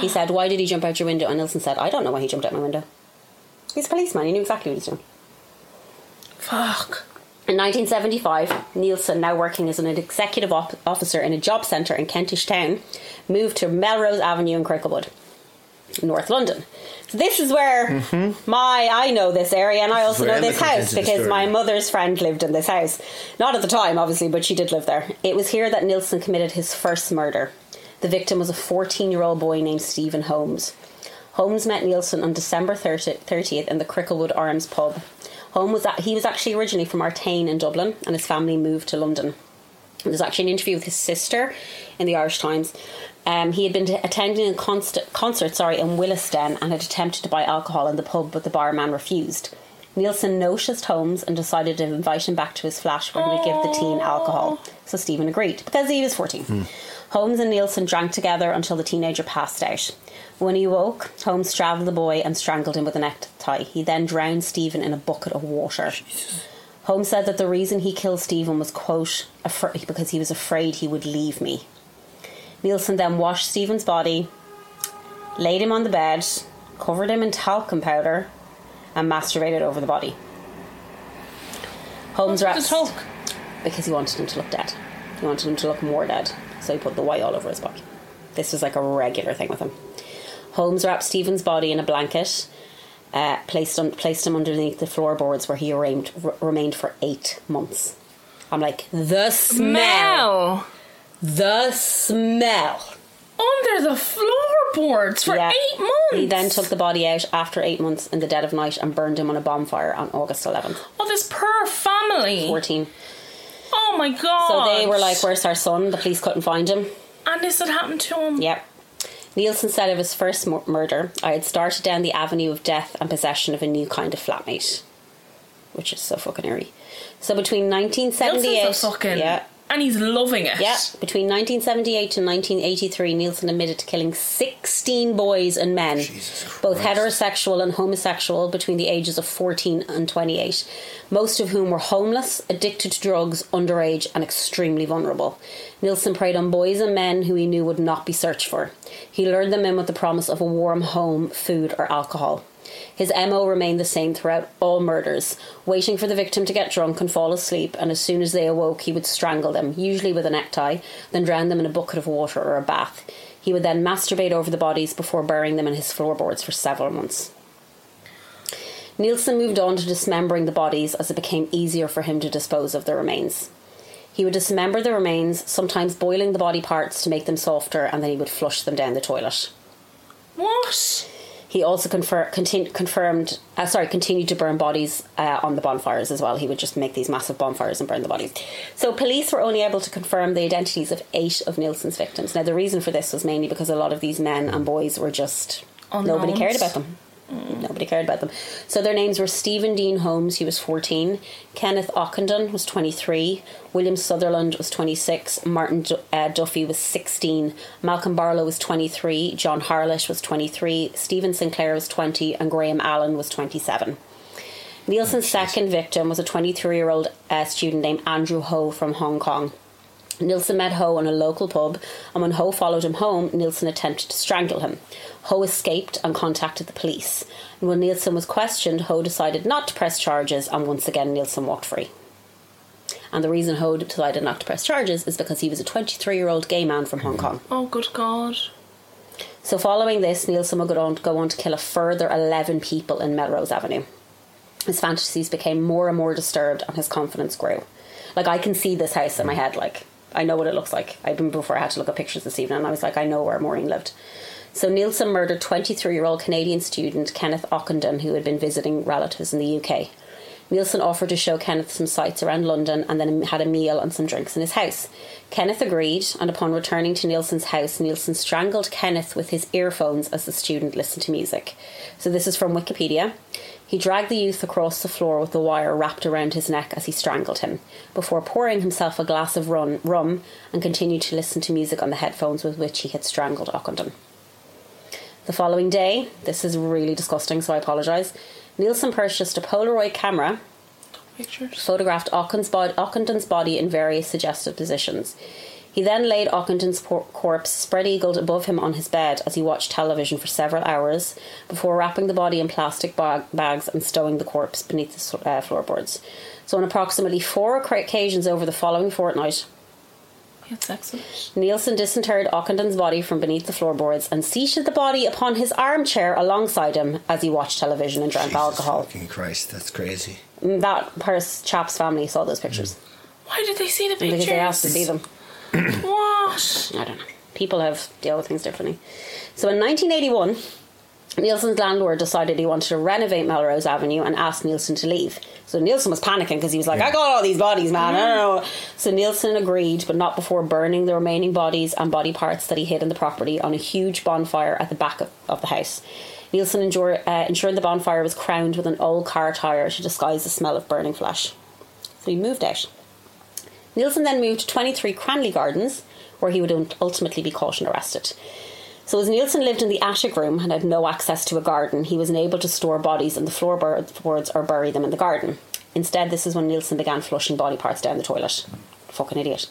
Speaker 3: He said, Why did he jump out your window? And Nilsson said, I don't know why he jumped out my window. He's a policeman, he knew exactly what he was doing.
Speaker 2: Fuck.
Speaker 3: In 1975, Nielsen, now working as an executive op- officer in a job centre in Kentish Town, moved to Melrose Avenue in Cricklewood, North London. So this is where my I know this area, and I also
Speaker 8: where
Speaker 3: know
Speaker 8: Emma
Speaker 3: this
Speaker 8: comes
Speaker 3: house
Speaker 8: into the
Speaker 3: because
Speaker 8: story.
Speaker 3: my mother's friend lived in this house. Not at the time, obviously, but she did live there. It was here that Nielsen committed his first murder. The victim was a 14-year-old boy named Stephen Holmes. Holmes met Nielsen on December 30, 30th in the Cricklewood Arms pub. Holmes was at, he was actually originally from Artane in Dublin, and his family moved to London. There's actually an interview with his sister in the Irish Times. Um, he had been to- attending a const- concert, sorry, in Willisden and had attempted to buy alcohol in the pub, but the barman refused. Nielsen noticed Holmes and decided to invite him back to his flat where he would give the teen alcohol. So Stephen agreed because he was 14. Holmes and Nielsen drank together until the teenager passed out. When he woke, Holmes straddled the boy and strangled him with a necktie. He then drowned Stephen in a bucket of water. Holmes said that the reason he killed Stephen was, quote, "Afra- because he was afraid he would leave me. Nielsen then washed Stephen's body, laid him on the bed, covered him in talcum powder, and masturbated over the body. Holmes wrapped
Speaker 2: Just Hulk.
Speaker 3: because he wanted him to look dead. He wanted him to look more dead, so he put the white all over his body. This was like a regular thing with him. Holmes wrapped Stephen's body in a blanket, uh, placed on, placed him underneath the floorboards where he remained, r- remained for eight months. I'm like the smell,
Speaker 2: Mel.
Speaker 3: the smell.
Speaker 2: Under the floorboards for
Speaker 3: Yeah.
Speaker 2: eight months.
Speaker 3: He then took the body out after eight months in the dead of night and burned him on a bonfire on August 11th,
Speaker 2: Oh, this poor family.
Speaker 3: 14.
Speaker 2: Oh my god.
Speaker 3: So they were like, "Where's our son?" The police couldn't find him.
Speaker 2: And this had happened to him.
Speaker 3: Yep. Nielsen said of his first mur- murder, I had started down the avenue of death and possession of a new kind of flatmate, which is so fucking eerie. So between 1978,
Speaker 2: Nelson's a fucking.
Speaker 3: yeah,
Speaker 2: And he's loving it.
Speaker 3: yeah, between 1978 and 1983, Nielsen admitted to killing 16 boys and men, both heterosexual and homosexual, between the ages of 14 and 28, most of whom were homeless, addicted to drugs, underage, and extremely vulnerable. Nielsen preyed on boys and men who he knew would not be searched for. He lured them in with the promise of a warm home, food, or alcohol. His MO remained the same throughout all murders, waiting for the victim to get drunk and fall asleep, and as soon as they awoke, he would strangle them, usually with a necktie, then drown them in a bucket of water or a bath. He would then masturbate over the bodies before burying them in his floorboards for several months. Nielsen moved on to dismembering the bodies as it became easier for him to dispose of the remains. He would dismember the remains, sometimes boiling the body parts to make them softer, and then he would flush them down the toilet.
Speaker 2: What?
Speaker 3: He also confer- contin- confirmed, uh, sorry, continued to burn bodies uh, on the bonfires as well. He would just make these massive bonfires and burn the bodies. So police were only able to confirm the identities of eight of Nielsen's victims. Now the reason for this was mainly because a lot of these men and boys were just nobody
Speaker 2: Unknowns.
Speaker 3: cared about them. Nobody cared about them. So their names were Stephen Dean Holmes, he was 14, Kenneth Ockenden was 23, William Sutherland was 26, Martin Du- uh, Duffy was 16, Malcolm Barlow was 23, John Harlish was 23, Stephen Sinclair was 20, and Graham Allen was 27. Nielsen's second victim was a 23 year old uh, student named Andrew Ho from Hong Kong. Nielsen met Ho in a local pub, and when Ho followed him home, Nielsen attempted to strangle him. Ho escaped and contacted the police. And when Nielsen was questioned, Ho decided not to press charges, and once again, Nielsen walked free. And the reason Ho decided not to press charges is because he was a 23 year old gay man from Hong Kong.
Speaker 2: Oh, good God.
Speaker 3: So, following this, Nielsen would go on, go on to kill a further 11 people in Melrose Avenue. His fantasies became more and more disturbed, and his confidence grew. Like, I can see this house in my head. Like, I know what it looks like. I even before I had to look at pictures this evening, and I was like, I know where Maureen lived. So, Nielsen murdered 23 year old Canadian student Kenneth Ockenden, who had been visiting relatives in the UK. Nielsen offered to show Kenneth some sights around London and then had a meal and some drinks in his house. Kenneth agreed, and upon returning to Nielsen's house, Nielsen strangled Kenneth with his earphones as the student listened to music. So, this is from Wikipedia. He dragged the youth across the floor with the wire wrapped around his neck as he strangled him, before pouring himself a glass of run, rum and continued to listen to music on the headphones with which he had strangled Ockenden. The following day, this is really disgusting, so I apologise. Nielsen purchased a Polaroid camera
Speaker 2: Pictures.
Speaker 3: photographed Ocken's bod- Ockenden's body in various suggestive positions. He then laid Ockington's por- corpse spread eagled above him on his bed as he watched television for several hours before wrapping the body in plastic bag- bags and stowing the corpse beneath the s- uh, floorboards. So, on approximately four occasions over the following fortnight,
Speaker 2: He had sex with it.
Speaker 3: Nielsen disinterred Ockington's body from beneath the floorboards and seated the body upon his armchair alongside him as he watched television and drank alcohol.
Speaker 8: fucking Christ, that's crazy.
Speaker 3: Mm, That pers- chap's family saw those pictures
Speaker 2: Why did they see the
Speaker 3: because
Speaker 2: pictures?
Speaker 3: they asked to see them.
Speaker 2: What?
Speaker 3: I don't know. People have deal with things differently. So in 1981, Nielsen's landlord decided he wanted to renovate Melrose Avenue and asked Nielsen to leave. So Nielsen was panicking because he was like, "I got all these bodies, man. I don't know." So Nielsen agreed, but not before burning the remaining bodies and body parts that he hid in the property on a huge bonfire at the back of, of the house. Nielsen enjure, uh, ensured the bonfire was crowned with an old car tire to disguise the smell of burning flesh. So he moved out. Nielsen then moved to 23 Cranley Gardens, where he would un- ultimately be caught and arrested. So, as Nielsen lived in the attic room and had no access to a garden, he was unable to store bodies in the floorboards or bury them in the garden. Instead, this is when Nielsen began flushing body parts down the toilet. Fucking idiot.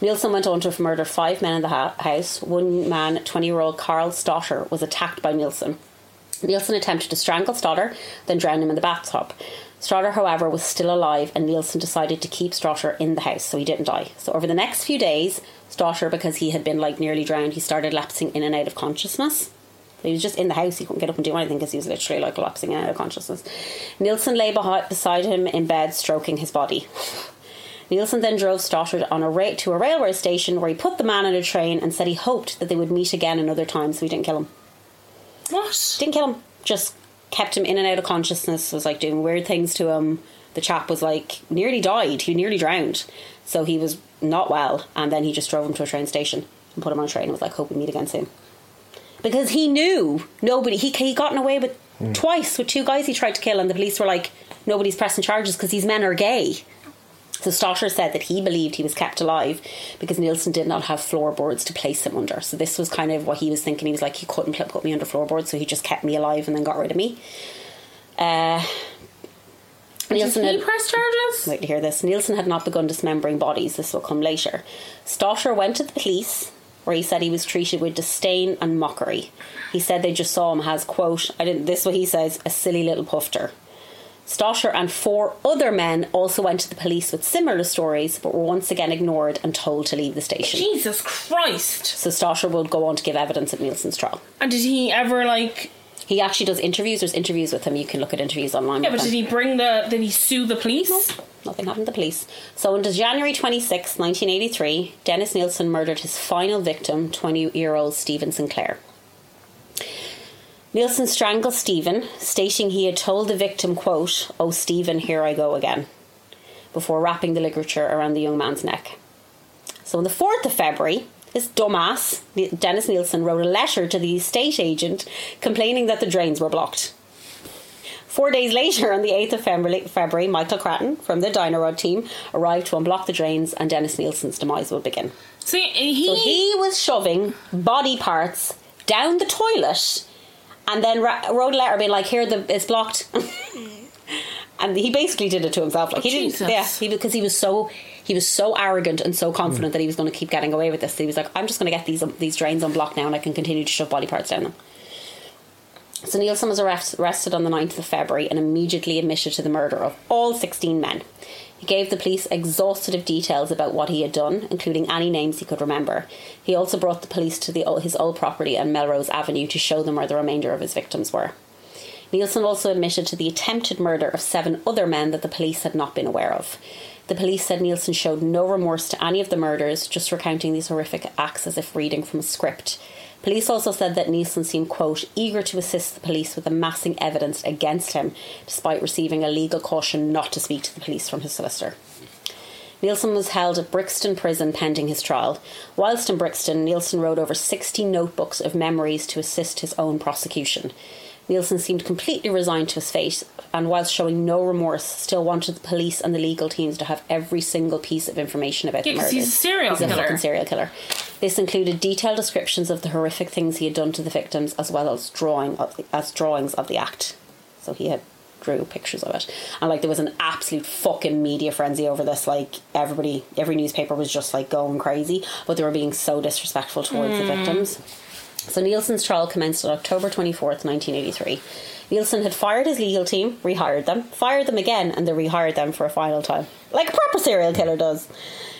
Speaker 3: Nielsen went on to murder five men in the ha- house. One man, 20 year old Carl Stotter, was attacked by Nielsen. Nielsen attempted to strangle Stotter, then drown him in the bathtub. Strotter, however, was still alive, and Nielsen decided to keep Strotter in the house, so he didn't die. So over the next few days, Strotter, because he had been like nearly drowned, he started lapsing in and out of consciousness. He was just in the house; he couldn't get up and do anything because he was literally like lapsing in and out of consciousness. Nielsen lay behi- beside him in bed, stroking his body. Nielsen then drove Stoddard on a ra- to a railway station where he put the man on a train and said he hoped that they would meet again another time, so he didn't kill him
Speaker 2: What?
Speaker 3: didn't kill him just kept him in and out of consciousness was like doing weird things to him the chap was like nearly died he nearly drowned so he was not well and then he just drove him to a train station and put him on a train and was like hope we meet again soon because he knew nobody he, he gotten away with twice with two guys he tried to kill and the police were like nobody's pressing charges because these men are gay so Stotter said that he believed he was kept alive because Nielsen did not have floorboards to place him under. So this was kind of what he was thinking. He was like, he couldn't pl- put me under floorboards, so he just kept me alive and then got rid of me. Uh, Nielsen
Speaker 2: Did
Speaker 3: had,
Speaker 2: he press charges?
Speaker 3: wait to hear this. Nielsen had not begun dismembering bodies. This will come later. Stotter went to the police where he said he was treated with disdain and mockery. He said they just saw him as quote. I didn't. This is what he says: a silly little pufter. Stotter and four other men also went to the police with similar stories, but were once again ignored and told to leave the station.
Speaker 2: Jesus Christ.
Speaker 3: So Stotter would go on to give evidence at Nielsen's trial.
Speaker 2: And did he ever like?
Speaker 3: He actually does interviews. There's interviews with him. You can look at interviews online.
Speaker 2: Yeah,
Speaker 3: with
Speaker 2: but
Speaker 3: him.
Speaker 2: did he bring the? Did he sue the police?
Speaker 3: Nothing happened to the police. So on January 26, 1983, Dennis Nielsen murdered his final victim, 20 year old Stephen Sinclair. Nielsen strangled Stephen, stating he had told the victim, quote, Oh, Stephen, here I go again, before wrapping the ligature around the young man's neck. So on the 4th of February, this dumbass, Ni- Dennis Nielsen, wrote a letter to the estate agent complaining that the drains were blocked. Four days later, on the 8th of February, February, Michael Cratton from the Dynarod team arrived to unblock the drains and Dennis Nielsen's demise would begin.
Speaker 2: See, he.
Speaker 3: So he was shoving body parts down the toilet and then ra- wrote a letter being like, here, the, it's blocked. and he basically did it to himself. Like he didn't,
Speaker 2: Jesus.
Speaker 3: yeah, he, because he was so he was so arrogant and so confident that he was going to keep getting away with this. He was like, I'm just going to get these um, these drains unblocked now, and I can continue to shove body parts down them. So Nielsen was arrest- arrested on the 9th of February and immediately admitted to the murder of all 16 men. He gave the police exhaustive details about what he had done, including any names he could remember. He also brought the police to the, his old property on Melrose Avenue to show them where the remainder of his victims were. Nielsen also admitted to the attempted murder of seven other men that the police had not been aware of. The police said Nielsen showed no remorse to any of the murders, just recounting these horrific acts as if reading from a script. Police also said that Nielsen seemed, quote, eager to assist the police with amassing evidence against him, despite receiving a legal caution not to speak to the police from his solicitor. Nielsen was held at Brixton Prison pending his trial. Whilst in Brixton, Nielsen wrote over 60 notebooks of memories to assist his own prosecution. Nielsen seemed completely resigned to his fate and, whilst showing no remorse, still wanted the police and the legal teams to have every single piece of information about
Speaker 2: Yeah,
Speaker 3: the
Speaker 2: 'cause
Speaker 3: murders.
Speaker 2: he's a serial
Speaker 3: He's a
Speaker 2: killer.
Speaker 3: fucking serial killer. This included detailed descriptions of the horrific things he had done to the victims as well as, drawing of the, as drawings of the act. So he had drew pictures of it. And like there was an absolute fucking media frenzy over this. Like everybody, every newspaper was just like going crazy, but they were being so disrespectful towards the victims. So Nielsen's trial commenced on October 24th, 1983. Nielsen had fired his legal team, rehired them, fired them again, and then rehired them for a final time. Like a proper serial killer does.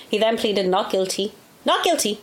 Speaker 3: He then pleaded not guilty, not guilty,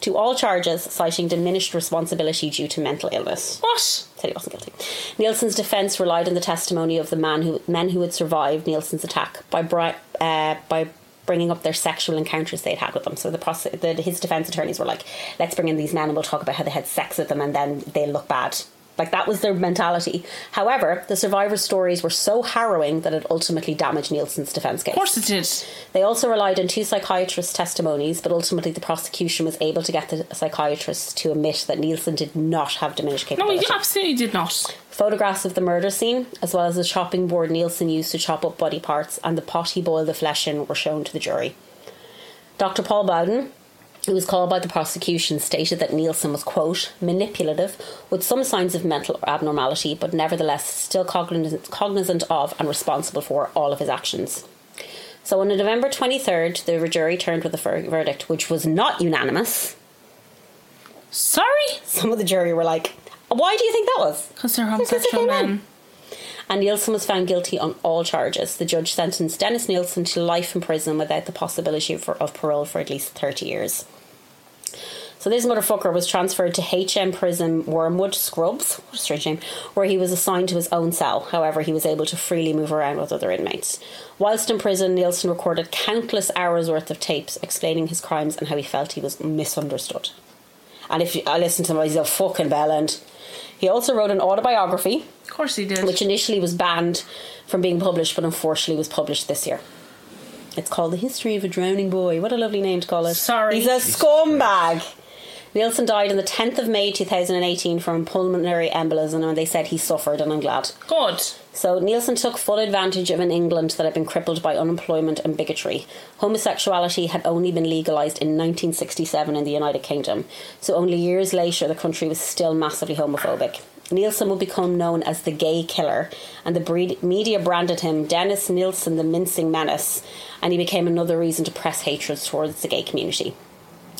Speaker 3: to all charges, citing diminished responsibility due to mental illness
Speaker 2: What?
Speaker 3: said he wasn't guilty. Nielsen's defence relied on the testimony of the man who men who had survived Nielsen's attack by bri- uh, by bringing up their sexual encounters they'd had with them. So the, prose- the his defence attorneys were like, "Let's bring in these men and we'll talk about how they had sex with them, and then they look bad." Like that was their mentality. However, the survivors' stories were so harrowing that it ultimately damaged Nielsen's defence case.
Speaker 2: Of course it did.
Speaker 3: They also relied on two psychiatrists' testimonies, but ultimately the prosecution was able to get the psychiatrists to admit that Nielsen did not have diminished
Speaker 2: No,
Speaker 3: capability
Speaker 2: he absolutely did not.
Speaker 3: photographs of the murder scene, as well as the chopping board Nielsen used to chop up body parts and the pot he boiled the flesh in, were shown to the jury. Dr. Paul Bowden, who was called by the prosecution, stated that Nielsen was, quote, manipulative, with some signs of mental abnormality, but nevertheless still cognizant, cognizant of and responsible for all of his actions. So on November 23rd, the jury turned with a ver- verdict which was not unanimous.
Speaker 2: Sorry?
Speaker 3: Some of the jury were like, why do you think that was?
Speaker 2: Because they're
Speaker 3: Because they're
Speaker 2: homosexual
Speaker 3: men.
Speaker 2: men.
Speaker 3: and Nielsen was found guilty on all charges. The judge sentenced Dennis Nielsen to life in prison without the possibility for, of parole for at least 30 years. So this motherfucker was transferred to HM Prison Wormwood Scrubs, what a strange name, where he was assigned to his own cell. However, he was able to freely move around with other inmates. Whilst in prison, Nielsen recorded countless hours worth of tapes explaining his crimes and how he felt he was misunderstood. And if you, I listen to him, he's a fucking bellend. He also wrote an autobiography
Speaker 2: Of course he did.
Speaker 3: which initially was banned from being published, but unfortunately was published this year. It's called The History of a Drowning Boy. What a lovely name to call it.
Speaker 2: Sorry.
Speaker 3: He's a scumbag. Nielsen died on the 10th of May 2018 from pulmonary embolism, and they said he suffered, and I'm glad.
Speaker 2: Good.
Speaker 3: So Nielsen took full advantage of an England that had been crippled by unemployment and bigotry. Homosexuality had only been legalized in 1967 in the United Kingdom, so only years later the country was still massively homophobic. Nielsen would become known as the gay killer, and the breed- media branded him Dennis Nielsen the Mincing Menace, and he became another reason to press hatred towards the gay community.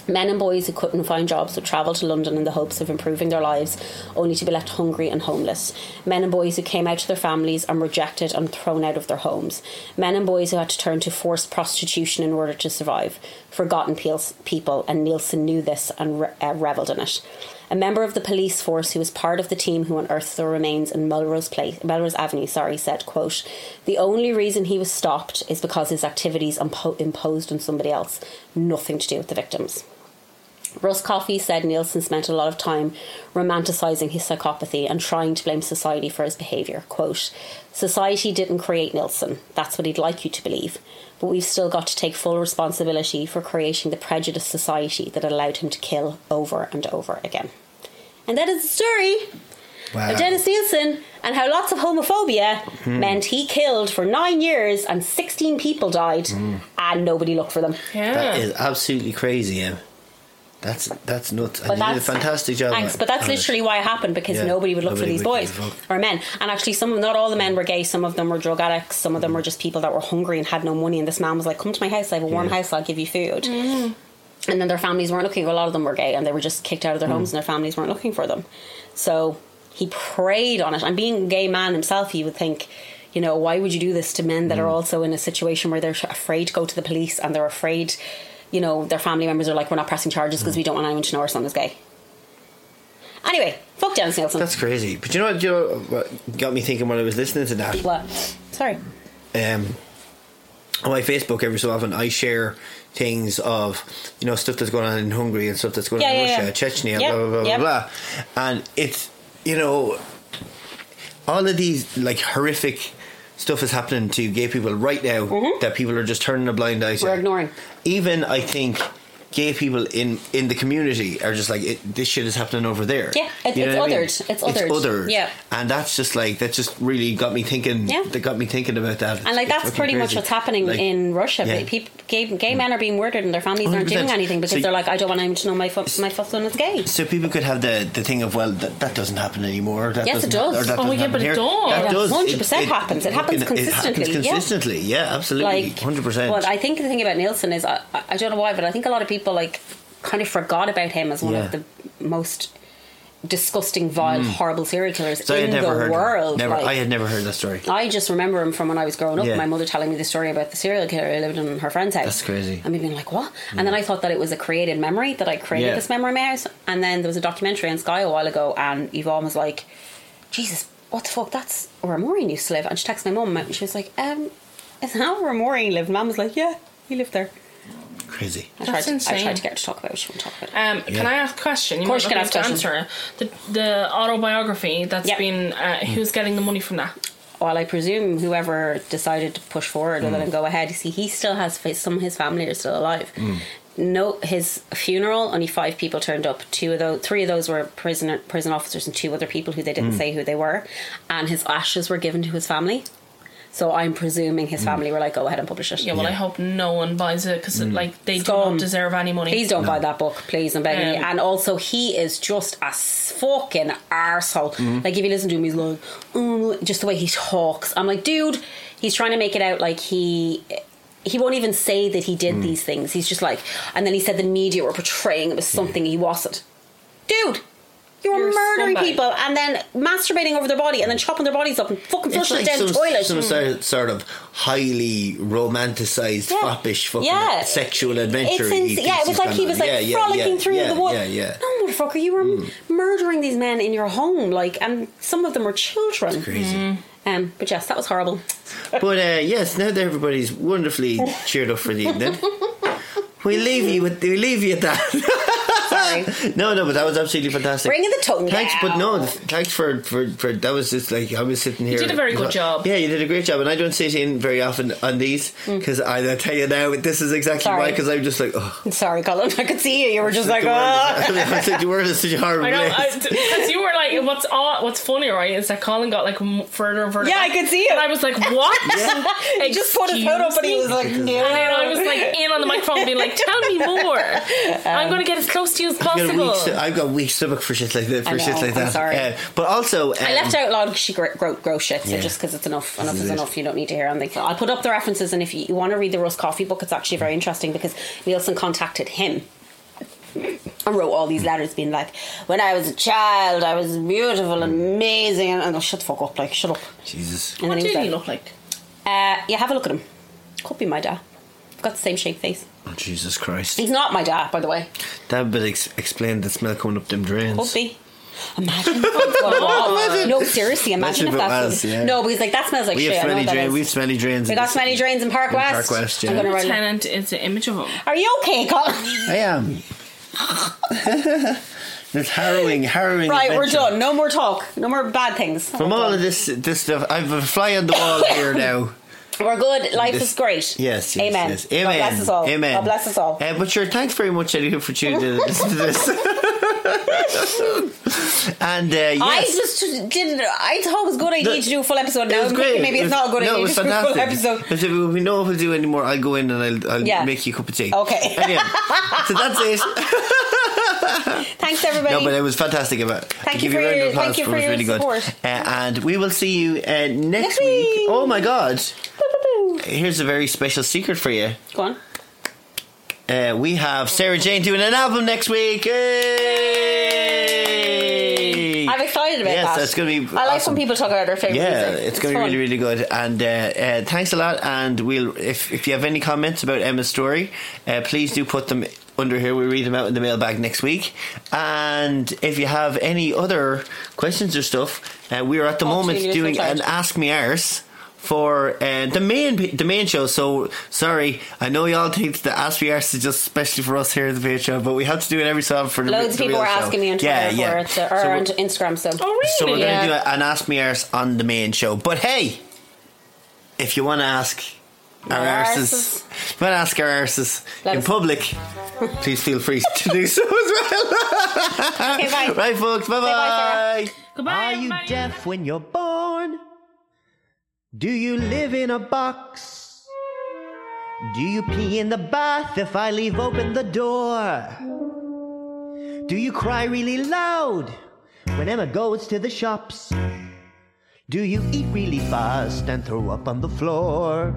Speaker 3: Men and boys who couldn't find jobs would travel to London in the hopes of improving their lives, only to be left hungry and homeless. Men and boys who came out to their families and rejected and thrown out of their homes. Men and boys who had to turn to forced prostitution in order to survive. Forgotten peels- people, and Nielsen knew this and re- uh, revelled in it. A member of the police force who was part of the team who unearthed the remains in Melrose Place, Melrose Avenue, sorry, said, quote, "The only reason he was stopped is because his activities impo- imposed on somebody else, nothing to do with the victims." Russ Coffey said Nielsen spent a lot of time romanticising his psychopathy and trying to blame society for his behaviour. Quote, Society didn't create Nielsen. That's what he'd like you to believe. But we've still got to take full responsibility for creating the prejudiced society that allowed him to kill over and over again. And that is the story of Dennis Nielsen and how lots of homophobia meant he killed for nine years and 16 people died and nobody looked for them.
Speaker 8: That
Speaker 2: Yeah.
Speaker 8: is absolutely crazy, Em. That's that's nuts. And
Speaker 3: But
Speaker 8: you did a
Speaker 3: that's-
Speaker 8: fantastic job.
Speaker 3: Thanks,
Speaker 8: on-
Speaker 3: but that's
Speaker 8: on it.
Speaker 3: literally why it happened because
Speaker 8: Yeah,
Speaker 3: nobody would look for
Speaker 8: nobody
Speaker 3: these
Speaker 8: would
Speaker 3: boys
Speaker 8: give a fuck.
Speaker 3: or men. And actually, some not all the men were gay. Some of them were drug addicts. Some of them were just people that were hungry and had no money. And this man was like, "Come to my house. I have a warm house. I'll give you food." And then their families weren't looking. A lot of them were gay, and they were just kicked out of their homes, and their families weren't looking for them. So he preyed on it. And being a gay man himself, you would think. You know, why would you do this to men that are also in a situation where they're afraid to go to the police and they're afraid, you know, their family members are like, we're not pressing charges because we don't want anyone to know our son is gay. Anyway, fuck Dennis Nielsen.
Speaker 8: That's crazy. But you know what? You know what got me thinking when I was listening to that.
Speaker 3: what? Sorry.
Speaker 8: um, on my Facebook every so often I share things of you know stuff that's going on in Hungary and stuff that's going on
Speaker 3: Yeah,
Speaker 8: in
Speaker 3: yeah,
Speaker 8: Russia,
Speaker 3: yeah.
Speaker 8: Chechnya, blah
Speaker 3: Yep,
Speaker 8: blah blah
Speaker 3: yep.
Speaker 8: blah blah, and it's you know all of these like horrific stuff is happening
Speaker 3: Mm-hmm.
Speaker 8: to gay people right now that people are just turning a blind eye to.
Speaker 3: We're ignoring.
Speaker 8: Even I think
Speaker 6: gay people in in the community are just like it, this shit is happening over there.
Speaker 3: Yeah, it- it's
Speaker 6: what
Speaker 3: othered. It's othered.
Speaker 6: othered.
Speaker 3: Yeah.
Speaker 6: and that's just like that. Just really got me thinking.
Speaker 3: Yeah.
Speaker 6: that got me thinking about that.
Speaker 3: And like
Speaker 6: It's
Speaker 3: that's
Speaker 6: fucking
Speaker 3: pretty much
Speaker 6: crazy.
Speaker 3: what's happening
Speaker 6: Like,
Speaker 3: in Russia.
Speaker 6: yeah.
Speaker 3: People, gay, gay men are being murdered, and their families aren't doing
Speaker 6: 100%.
Speaker 3: anything because
Speaker 6: So-
Speaker 3: they're like, I don't want anyone to know my fu- my son is gay.
Speaker 6: So people could have the, the thing of well that, that doesn't happen anymore. That
Speaker 3: Yes, it
Speaker 6: doesn't,
Speaker 3: does.
Speaker 6: Or that
Speaker 2: Oh,
Speaker 6: doesn't
Speaker 2: yeah,
Speaker 6: happen
Speaker 2: but it
Speaker 6: here.
Speaker 2: does.
Speaker 6: That
Speaker 2: Yeah.
Speaker 6: does.
Speaker 3: 100% happens. It happens
Speaker 6: fucking- It
Speaker 3: consistently,
Speaker 6: happens
Speaker 3: yeah.
Speaker 6: consistently. Yeah, absolutely.
Speaker 3: Like
Speaker 6: Hundred percent.
Speaker 3: Well, I think the thing about Nielsen is I, I I don't know why, but I think a lot of people like kind of forgot about him as one
Speaker 6: Yeah. Mm.
Speaker 3: of the most disgusting, vile, horrible serial killers
Speaker 6: So I
Speaker 3: in
Speaker 6: had never
Speaker 3: the
Speaker 6: heard.
Speaker 3: world.
Speaker 6: Never.
Speaker 3: like.
Speaker 6: I had never heard that story.
Speaker 3: I just remember him from when I was growing up.
Speaker 6: Yeah.
Speaker 3: My mother telling me the story about the serial killer who lived in her friend's house.
Speaker 6: That's crazy. Mm.
Speaker 3: And me being like, what? And then I thought that it was a created memory that I created
Speaker 6: Yeah.
Speaker 3: this memory in my house. And then there was a documentary on Sky a while ago, and Yvonne was like, Jesus, what the fuck? That's where Maureen used to live. And she texted my mum, and she was like, um, is that where Maureen lived? Mum was like, yeah, he lived there.
Speaker 6: Crazy.
Speaker 3: I
Speaker 2: That's
Speaker 3: tried, To, I
Speaker 2: insane.
Speaker 3: tried to get her to talk about it. She won't talk about it.
Speaker 2: Um, Can I ask a question? You
Speaker 3: course
Speaker 2: might
Speaker 3: you
Speaker 2: not
Speaker 3: can
Speaker 2: be
Speaker 3: ask
Speaker 2: able to answer it. the the autobiography that's
Speaker 3: Yep.
Speaker 2: been uh, who's getting the money from that?
Speaker 3: Well, I presume whoever decided to push forward with it and go ahead, you see, he still has fa- some of his family are still alive. No, his funeral only five people turned up. Two of those, three of those were prison prison officers, and two other people who they didn't say who they were. And his ashes were given to his family. So I'm presuming his family were like, go ahead and publish it.
Speaker 2: Yeah, well, I hope no one buys it because
Speaker 3: Mm.
Speaker 2: like they
Speaker 3: Scum.
Speaker 2: don't deserve any money.
Speaker 3: Please don't buy that book, please, I'm begging you.
Speaker 2: Um,
Speaker 3: And also, he is just a s- fucking arsehole.
Speaker 6: Mm-hmm.
Speaker 3: Like, if you listen to him, he's like, "Mm," just the way he talks. I'm like, dude, he's trying to make it out like he. He won't even say that he
Speaker 6: Mm.
Speaker 3: did these things. He's just like, and then he said the media were portraying him as something he wasn't. Dude, you were
Speaker 2: You're a
Speaker 3: murdering
Speaker 2: scumbag.
Speaker 3: people and then masturbating over their body and then chopping their bodies up and fucking
Speaker 6: It's
Speaker 3: flushing
Speaker 6: like
Speaker 3: them down
Speaker 6: some,
Speaker 3: the toilet.
Speaker 6: some sort, sort of highly romanticized,
Speaker 3: Yeah.
Speaker 6: foppish fucking
Speaker 3: Yeah.
Speaker 6: sexual adventure.
Speaker 3: It's
Speaker 6: he
Speaker 3: ins-
Speaker 6: thinks
Speaker 3: yeah, it was
Speaker 6: he's
Speaker 3: like he
Speaker 6: gonna-
Speaker 3: was like
Speaker 6: yeah, yeah,
Speaker 3: frolicking
Speaker 6: yeah,
Speaker 3: through
Speaker 6: yeah,
Speaker 3: the wood.
Speaker 6: Yeah, yeah. Mm.
Speaker 3: No, motherfucker, you were murdering these men in your home, like, and some of them were children.
Speaker 6: Crazy.
Speaker 3: Um, but yes, that was horrible.
Speaker 6: But uh, yes, now that everybody's wonderfully cheered up for the evening, we leave you with we leave you at that.
Speaker 3: Sorry,
Speaker 6: no, no, but that was absolutely fantastic.
Speaker 3: bringing the tongue.
Speaker 6: Thanks,
Speaker 3: down.
Speaker 6: but no, th- thanks for, for, for that was just like I was sitting here.
Speaker 2: did a very good job.
Speaker 6: Yeah, you did a great job, and I don't sit in very often on these because I, I tell you now, this is exactly why
Speaker 3: Mm. Sorry.
Speaker 6: why because I'm just like, oh,
Speaker 3: Sorry, Colin, I could see you. You were just like,
Speaker 6: the world
Speaker 3: ah.
Speaker 6: is- I said the world is such a horrible
Speaker 2: I know
Speaker 6: place.
Speaker 2: because you were like, what's odd, what's funny, right? Is that Colin got like m- further and further.
Speaker 3: Yeah, I
Speaker 2: back.
Speaker 3: could see it.
Speaker 2: And I was like, what?
Speaker 3: He just put his phone up and he was like,
Speaker 2: And then I was
Speaker 3: no.
Speaker 2: like in on the microphone, being like, "Tell me more. I'm
Speaker 3: Um,
Speaker 2: going to get as close to you as
Speaker 6: I've got, a
Speaker 2: possible."
Speaker 6: weak, st- I've got weak stomach for shit like that. For
Speaker 3: I
Speaker 6: shit
Speaker 3: know,
Speaker 6: like
Speaker 3: I'm
Speaker 6: that.
Speaker 3: sorry.
Speaker 6: Uh, but also, um,
Speaker 3: I left out a lot of she gro- gro- gross shit, so
Speaker 6: Yeah.
Speaker 3: just because it's enough, enough
Speaker 6: is
Speaker 3: is
Speaker 6: it.
Speaker 3: enough. You don't need to hear anything. I'll put up the references, and if you, want to read the Russ Coffee book, it's actually very interesting because Nielsen contacted him and wrote all these letters, being like, "When I was a child, I was
Speaker 6: Hmm.
Speaker 3: beautiful and amazing," and, and I'll shut the fuck up, like shut up.
Speaker 6: Jesus. oh,
Speaker 3: And
Speaker 2: what
Speaker 3: was
Speaker 2: did he
Speaker 3: like,
Speaker 2: look like?
Speaker 3: Uh, yeah, have a look at him. Could be my dad. I've got the same shape face.
Speaker 6: Oh, Jesus Christ.
Speaker 3: He's not my dad, by the way.
Speaker 6: That would ex- explain the smell coming up them drains.
Speaker 3: Could be. Imagine. no, seriously, imagine,
Speaker 6: Imagine
Speaker 3: if
Speaker 6: if it
Speaker 3: that's
Speaker 6: was, yeah.
Speaker 3: no, because like that smells like
Speaker 6: We
Speaker 3: shit.
Speaker 6: have
Speaker 3: I know what
Speaker 6: smelly
Speaker 3: that
Speaker 6: drains.
Speaker 3: is.
Speaker 6: We have smelly drains.
Speaker 3: We
Speaker 6: in
Speaker 3: got
Speaker 6: the
Speaker 3: smelly
Speaker 6: city.
Speaker 3: drains in Park
Speaker 6: In
Speaker 3: West.
Speaker 6: Park West, yeah.
Speaker 3: I'm gonna write. it.
Speaker 2: Tenant is the image of him.
Speaker 3: Are you okay, Colin?
Speaker 6: I am. There's harrowing, harrowing.
Speaker 3: right, we're
Speaker 6: adventure.
Speaker 3: done. No more talk. No more bad things.
Speaker 6: From all of this, this stuff, I've a fly on the wall here now.
Speaker 3: We're good. Life
Speaker 6: This-
Speaker 3: is great.
Speaker 6: Yes, yes,
Speaker 3: Amen.
Speaker 6: yes. Amen.
Speaker 3: God bless us all.
Speaker 6: Amen.
Speaker 3: God bless us all.
Speaker 6: Uh, but sure, thanks very much, anyway, for tuning in and listening to this. and uh, yes,
Speaker 3: I just didn't. I thought it was a good idea
Speaker 6: No,
Speaker 3: to do a full episode.
Speaker 6: It
Speaker 3: Now
Speaker 6: was
Speaker 3: I'm
Speaker 6: great.
Speaker 3: thinking maybe
Speaker 6: It
Speaker 3: it's
Speaker 6: was-
Speaker 3: not a good
Speaker 6: no,
Speaker 3: idea
Speaker 6: it
Speaker 3: to
Speaker 6: was
Speaker 3: do a full
Speaker 6: fantastic.
Speaker 3: episode.
Speaker 6: I said, well, we know if we do any more, I'll go in and I'll, I'll
Speaker 3: Yeah.
Speaker 6: make you a cup of tea.
Speaker 3: Okay.
Speaker 6: Anyway, so that's it.
Speaker 3: Thanks everybody.
Speaker 6: No, but it was fantastic. About
Speaker 3: Thank
Speaker 6: to
Speaker 3: you for
Speaker 6: give you a round
Speaker 3: your-
Speaker 6: of applause
Speaker 3: thank you
Speaker 6: it
Speaker 3: for
Speaker 6: was
Speaker 3: your
Speaker 6: really
Speaker 3: support.
Speaker 6: good. Uh, and we will see you uh, next,
Speaker 3: Next
Speaker 6: week.
Speaker 3: week.
Speaker 6: Oh my god!
Speaker 3: Boo, boo, boo.
Speaker 6: Here's a very special secret for you.
Speaker 3: Go on.
Speaker 6: Uh, we have Sarah Jane doing an album next week. Yay!
Speaker 3: I'm excited about
Speaker 6: yes,
Speaker 3: that.
Speaker 6: that's going to be.
Speaker 3: I like
Speaker 6: awesome.
Speaker 3: when people talk about their favorite
Speaker 6: Yeah,
Speaker 3: music.
Speaker 6: it's going to
Speaker 3: fun.
Speaker 6: be really, really good. And uh, uh, thanks a lot. And we'll if if you have any comments about Emma's story, uh, please do put them under here. We read them out in the mailbag next week. And if you have any other questions or stuff, uh, we are at the
Speaker 3: Oh,
Speaker 6: moment
Speaker 3: Julia's
Speaker 6: doing
Speaker 3: so tired.
Speaker 6: an Ask Me Arse for uh, the main the main show. So sorry, I know y'all think the Ask Me Arse is just especially for us here at the Patreon, but we have to do it every time for the
Speaker 3: Loads of
Speaker 6: the
Speaker 3: people
Speaker 6: real
Speaker 3: were
Speaker 6: show.
Speaker 3: asking me on Twitter
Speaker 6: yeah, yeah.
Speaker 3: for it, so- or
Speaker 6: So
Speaker 3: on
Speaker 6: we're-
Speaker 3: Instagram. So
Speaker 2: Oh really?
Speaker 6: so we're going to
Speaker 2: Yeah.
Speaker 6: do an Ask Me Arse on the main show. But hey, if you want to ask our
Speaker 3: Our
Speaker 6: arses,
Speaker 8: If you want to ask our arses in
Speaker 3: us-
Speaker 8: public, please feel free to do so as well.
Speaker 3: Okay, bye.
Speaker 8: Right, folks. Bye bye.
Speaker 2: Goodbye.
Speaker 6: Are you
Speaker 2: everybody.
Speaker 6: deaf when you're born? Do you live in a box? Do you pee in the bath if I leave open the door? Do you cry really loud when Emma goes to the shops? Do you eat really fast and throw up on the floor?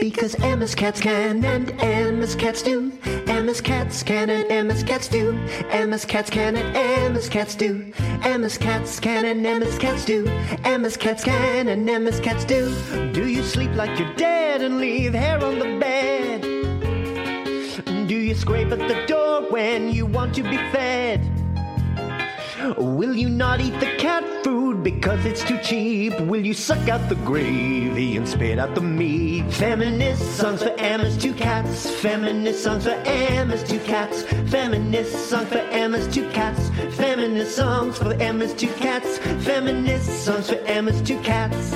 Speaker 6: Because Emma's cats can and Emma's cats do. Emma's cats can and Emma's cats do. Emma's cats can and Emma's cats do. Emma's cats can and Emma's cats do. Emma's cats can and Emma's cats do. Do you sleep like you're dead and leave hair on the bed? Do you scrape at the door when you want to be fed? Will you not eat the cat food because it's too cheap? Will you suck out the gravy and spit out the meat? Feminist songs for Emma's two cats. Feminist songs for Emma's two cats. Feminist songs for Emma's two cats. Feminist songs for Emma's two cats. Feminist songs for Emma's two cats.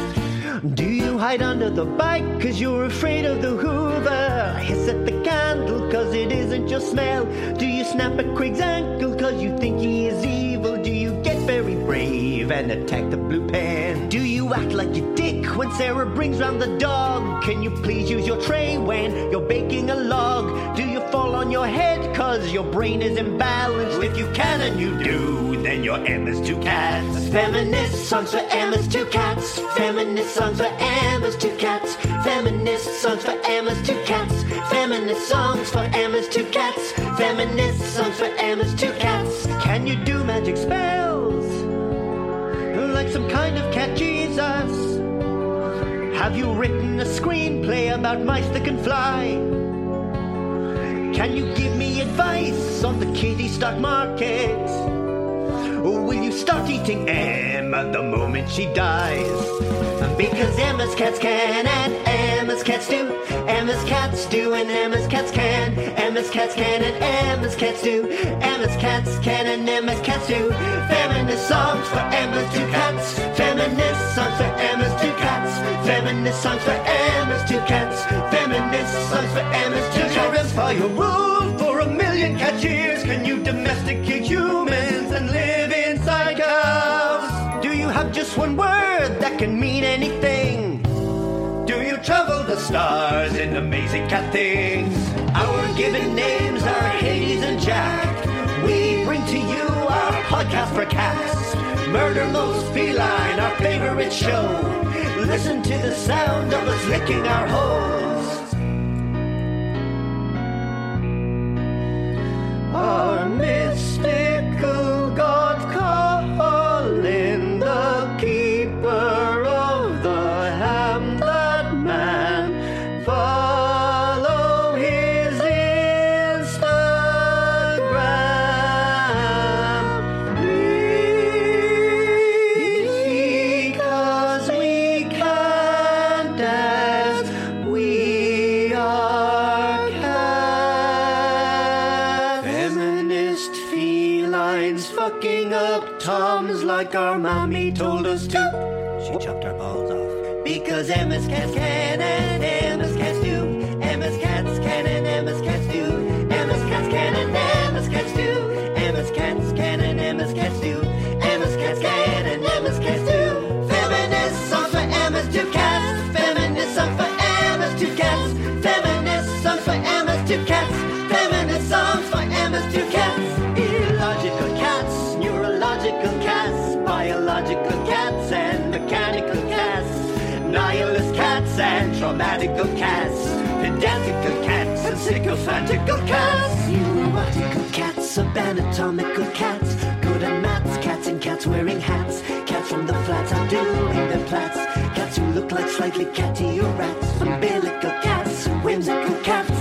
Speaker 6: Do you hide under the bike cause you're afraid of the hoover? Hiss at the candle cause it isn't your smell? Do you snap at Craig's ankle cause you think he is evil? Do you get very brave and attack the blue pen? Do you act like a dick when Sarah brings round the dog? Can you please use your tray when you're baking a log? Do you fall on your head cause your brain is imbalanced? If you can and you do, then you're Emma's two cats. Feminist songs for Emma's two cats. Feminist songs for Emma's two cats. Feminist songs for Emma's two cats. Feminist songs for Emma's two cats. Feminist songs for Emma's two cats. Can you do magic spells? Like some kind of cat Jesus? Have you written a screenplay about mice that can fly? Can you give me advice on the kitty stock market? Or will you start eating Emma the moment she dies? Because Emma's cats can and Emma's cats do. Emma's cats do and Emma's cats can. Emma's cats can and Emma's cats do. Emma's cats can and Emma's cats do. Feminist songs for Emma's two cats. Feminist songs for Emma's two cats. Feminist songs for Emma's two cats. Feminist songs for Emma's two cats. Does your empire rule for a million cat years? Can you domesticate humans and live inside cows? Do you have just one word that can mean anything? Do you travel the stars in amazing cat things? Our given names are Hades and Jack. We bring to you our podcast for cats. Murder Most Feline, our favorite show. Listen to the sound of us licking our holes. Our mystical god calling the keeper of the Hamlet man. Follow his Instagram. Please, because we can't as we are cats. Feminist felines fucking up toms like our mommy told us to. She chopped our balls off. Because Emma's cats can and Emma's cats do. Emma's cats can and Emma's cats do. Emma's cats can and Emma's cats do. Emma's cats can and Emma's cats do. Emma's cats can and Emma's cats do. Feminist songs for Emma's two cats. Feminist songs for Emma's two cats. Feminist songs for Emma's two cats. Feminist songs for Emma's two cats. Illogical cats, neurological cats, biological cats, and mechanical cats. Nihilist cats and traumatical cats. Pedantical cats and sycophantical cats. Neurotical cats, subanatomical cats. Good and mats, cats and cats wearing hats. Cats from the flats are doing their plats. Cats who look like slightly catty rats. Umbilical cats, whimsical cats.